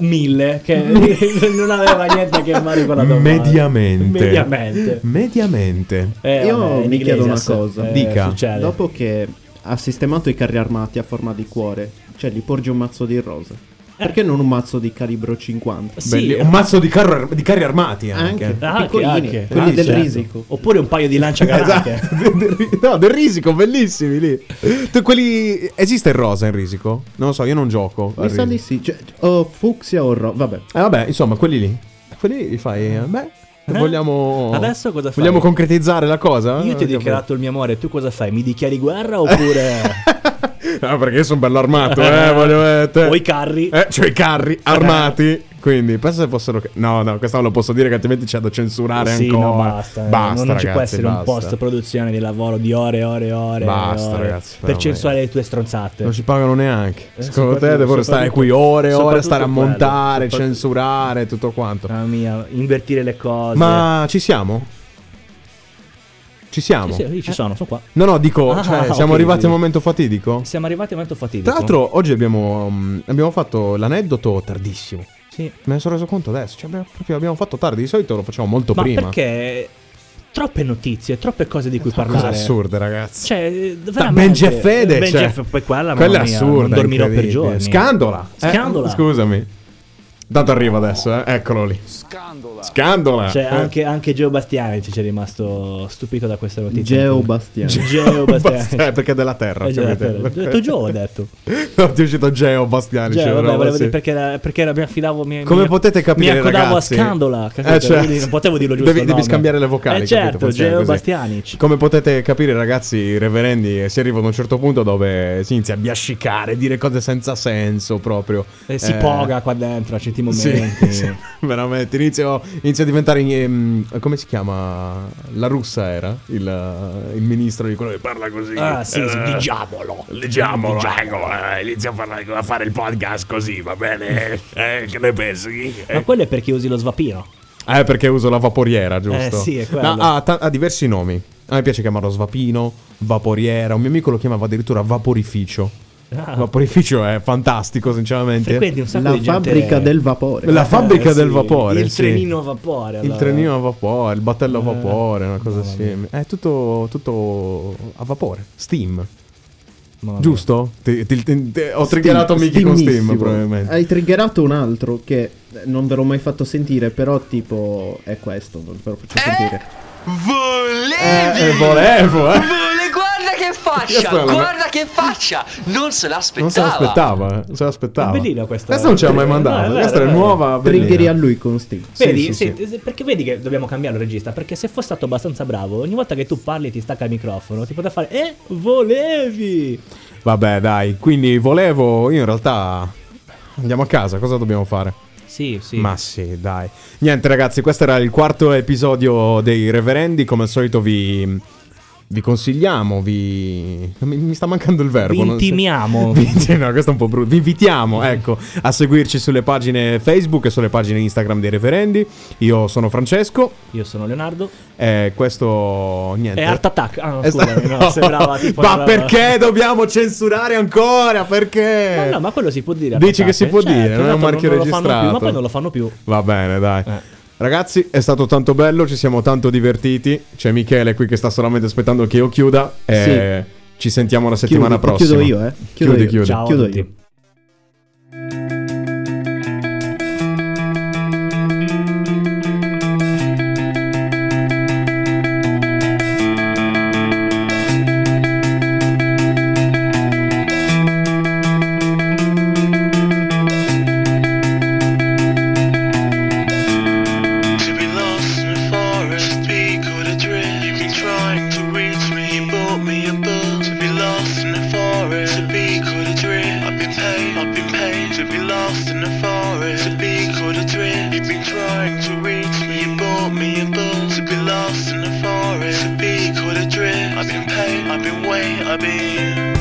C: [LAUGHS]
D: mille, che non aveva niente a che fare con la domanda.
C: Mediamente. [LAUGHS]
D: Mediamente.
C: Mediamente.
D: Eh,
E: Io
D: vabbè, in
E: mi
D: inglese
E: chiedo una
D: ass-
E: cosa.
D: eh,
C: Dica.
D: succede.
E: Dopo che ha sistemato i carri armati a forma di cuore, cioè gli porgi un mazzo di rose. Perché non un mazzo di calibro 50?
D: Sì,
C: Belli- Un mazzo di, carro- di carri armati anche.
E: Anche,
D: anche,
E: piccolini,
D: anche.
E: quelli
D: Ah,
E: del
D: certo.
E: risico.
D: Oppure un paio di lanciagranate.
C: Esatto. No, [LAUGHS] del risico, bellissimi lì. Tu, quelli... Esiste il rosa in risico? Non lo so, io non gioco. al
E: Mi sa di
C: risico.
E: sì, cioè, o fucsia o ro... Vabbè.
C: Eh vabbè, insomma, quelli lì. Quelli lì li fai... eh, Beh,
D: Eh?
C: vogliamo...
D: Adesso cosa fai?
C: Vogliamo concretizzare la cosa? Ah,
D: Io ti ho
C: Capito? [LAUGHS]
D: dichiarato il mio amore, tu cosa fai? Mi dichiari guerra oppure
C: Ah, perché io sono bello armato,
D: [LAUGHS]
C: eh, voglio eh, te-
D: o i carri?
C: Eh, cioè i carri armati. Quindi, penso se fossero. No, no, questa non lo posso dire, che altrimenti c'è da censurare
D: sì,
C: ancora.
D: no, basta. eh,
C: basta
D: non ci
C: ragazzi,
D: può essere un
C: basta.
D: post produzione di lavoro di ore e ore e ore. e
C: Basta,
D: ore
C: ragazzi,
D: Per
C: veramente.
D: censurare le tue stronzate.
C: Non ci pagano neanche.
D: Eh,
C: Secondo te
D: soprattutto-
C: devo restare qui
D: soprattutto-
C: ore e ore, stare a
D: soprattutto quello,
C: montare,
D: soprattutto- Ah,
C: censurare, tutto quanto.
D: Mamma mia, invertire le cose.
C: Ma ci siamo? Ci
D: Sì,
C: siamo?
D: sì, sì, ci sono, sono qua.
C: No, no, dico,
D: Ah,
C: cioè,
D: [LAUGHS] ok,
C: siamo arrivati
D: sì.
C: al momento fatidico?
D: Siamo arrivati a un momento fatidico.
C: Tra l'altro, oggi abbiamo, um, abbiamo fatto l'aneddoto tardissimo.
D: sì.
C: Me ne sono reso conto adesso. Cioè, abbiamo, proprio abbiamo fatto tardi. Di solito lo facciamo molto
D: Ma
C: prima.
D: perché troppe notizie, troppe cose di cui
C: Cose
D: parlare.
C: assurde, ragazzi.
D: Cioè, veramente.
C: Ben Jeff Fede.
D: Ben
C: cioè,
D: Jeff, poi quella,
C: quella è
D: mamma mia,
C: assurda.
D: non dormirò per
C: incredibile.
D: giorni.
C: Scandola. eh,
D: Scandola.
C: scusami. Tanto arriva adesso, eh. Eccolo lì. Scandola. Scandola.
D: Cioè,
C: Eh,
D: anche, anche Geo Bastiani ci è rimasto stupito da questa notizia.
E: certo. Geo
C: [LAUGHS]
E: Bastiani.
D: Geo
C: basta- eh,
D: Bastiani.
C: perché è della terra.
D: Eh, Geo
C: capite? [LAUGHS]
D: Bastiani. Ho detto Geo, ho detto.
C: No, ti è uscito Geo Bastiani.
D: Geo,
C: cioè,
D: vabbè,
C: roba,
D: volevo
C: sì.
D: dire perché, era- perché era- mi affidavo. Mi,
C: Come
D: mi-
C: potete capire,
D: Mi accodavo
C: ragazzi,
D: a Scandola. capito?
C: eh, certo.
D: Quindi non potevo dirlo giusto.
C: Devi, devi
D: nome.
C: scambiare le vocali.
D: Eh,
C: capito?
D: certo,
C: Funziona
D: Geo
C: così.
D: Bastianic.
C: Come potete capire, ragazzi, i reverendi eh, si arrivano a un certo punto dove si inizia a biascicare, dire cose senza senso proprio.
D: E si
C: Eh,
D: poga qua dentro a certi
C: Sì,
D: momenti.
C: sì, veramente. Inizio, inizio a diventare. ehm, come si chiama? La russa era il, il ministro di quello che parla così.
D: Ah, sì, sì,
C: Eh,
D: diciamolo.
C: Leggiamolo, ecco, eh, inizio a, parlare- a fare il podcast così, va bene? [LAUGHS] Eh, che ne pensi?
D: Ma quello è perché usi lo svapino.
C: Eh, perché uso la vaporiera, giusto?
D: Eh, sì, è quello.
C: ha, ta- ha diversi nomi. A me piace chiamarlo svapino, vaporiera. Un mio amico lo chiamava addirittura vaporificio.
D: Ah.
C: Vaporificio è fantastico, sinceramente.
D: Frequenti un sacco
E: La
D: di gente-
E: fabbrica del vapore.
C: La fabbrica
D: Eh,
C: del
D: sì,
C: vapore.
D: Il
C: sì.
D: trenino a vapore.
C: Il
D: allora.
C: trenino a vapore, il battello a
D: Eh,
C: vapore, una cosa
D: mamma
C: simile. È tutto, tutto a vapore, steam.
D: Mamma mia.
C: Giusto? Ti- ti- ti- ti- ho triggerato Mickey con steam,
E: Steamissimo.
C: probabilmente.
E: Hai triggerato un altro che eh, non ve l'ho mai fatto sentire, però tipo è questo, Eh! ve lo faccio sentire.
G: Volevo,
C: Eh, eh, volevo, eh.
G: guarda che fa
C: Questa
J: faccia,
C: è la-
J: guarda che faccia! Non se l'aspettava.
C: Non se l'aspettava, eh, non se l'aspettava.
D: È bellina questa.
C: Questa non ce l'ha mai mandata.
D: No, è vero,
C: questa
D: è
C: è
D: vero.
C: nuova. bellina.
E: Triggeri a lui con Steve.
C: Sì,
D: Vedi,
C: sì, sì.
D: se- se- perché vedi che dobbiamo cambiare il regista? Perché se fosse stato abbastanza bravo, ogni volta che tu parli ti stacca il microfono, ti poteva fare Eh, volevi!
C: Vabbè, dai. Quindi volevo. Io in realtà. Andiamo a casa, cosa dobbiamo fare?
D: Sì, sì.
C: Ma sì, dai. Niente, ragazzi, questo era il quarto episodio dei Reverendi. Come al solito vi. Vi consigliamo, vi. Mi, mi sta mancando il verbo.
D: Vi
C: non so- [LAUGHS]
D: intimiamo.
C: Vi- sì, no, questo è un po' brutto. Vi invitiamo, ecco, a seguirci sulle pagine Facebook e sulle pagine Instagram dei Reverendi. Io sono Francesco.
D: Io sono Leonardo.
C: E Eh, questo. Niente.
D: È Art Attack. Ah, no,
C: È
D: scusa,
C: sta-
D: no,
C: [LAUGHS] no.
D: sembrava tipo
C: Ma
D: una-
C: perché dobbiamo censurare ancora? Perché?
D: Ma no, ma quello si può dire. Art
C: Dici
D: Attack.
C: che si può
D: Certo,
C: dire, non è
D: tanto
C: un marchio
D: lo fanno più,
C: registrato.
D: ma poi non lo fanno più.
C: Va bene, dai.
D: Eh.
C: Ragazzi, è stato tanto bello, ci siamo tanto divertiti. C'è Michele qui che sta solamente aspettando che io chiuda. E ci sentiamo la settimana
E: Chiudi,
C: prossima.
E: Chiudo io, eh. Chiudo
C: Chiudi,
E: io.
C: chiudi.
D: Ciao
E: Chiudo
D: a tutti.
E: io.
H: To be lost in a forest, be good adrift. You've been trying to reach me, you bought me a book. To be lost in a forest, to be good adrift. I've been paid, I've been paid to be lost in a forest, to be good adrift. You've been trying to reach me, you bought me a book. To be lost in a forest, to be good adrift. I've been paid, I've been wait, I've been.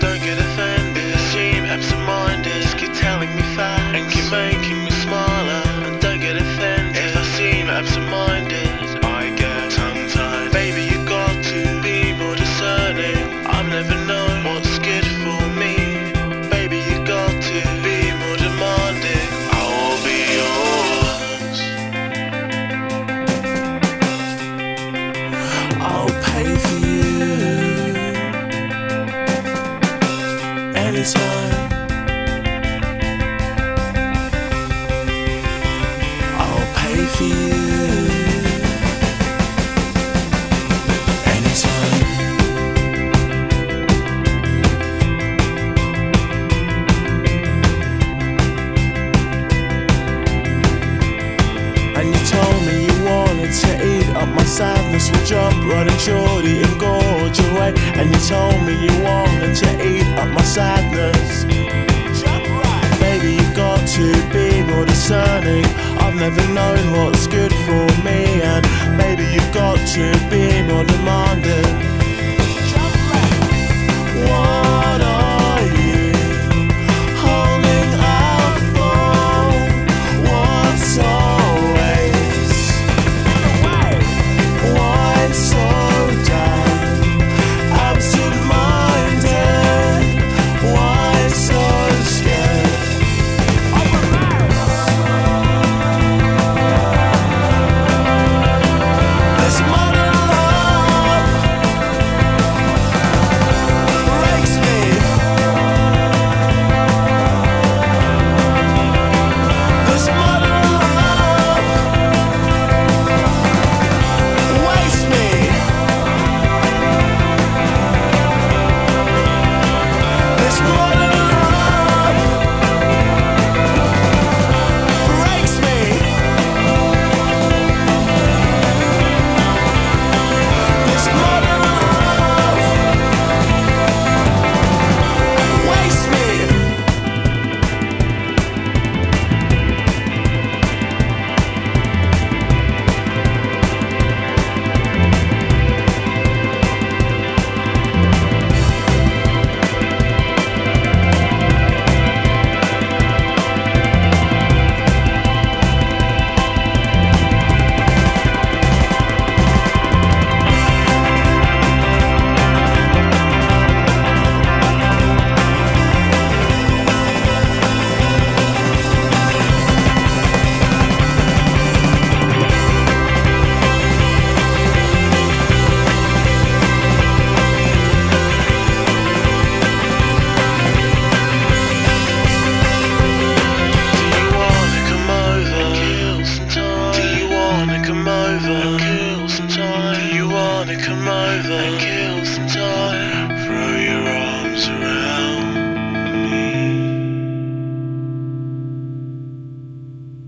H: Don't get offended, seem absent-minded Just keep telling me facts and keep making me smaller And don't get offended if I seem absent-minded I get tongue-tied Baby, you got to be more discerning I've never known what's good for me Baby, you got to be more demanding I'll be yours I'll pay for you anytime. I'll pay for you anytime. And you told me you wanted to eat up my sadness with jump running shorty and gorge away. And you told me you wanted to eat up my sadness. Baby, you got to be more discerning. I've never known what's good for me, and baby, you got to be more demanding. One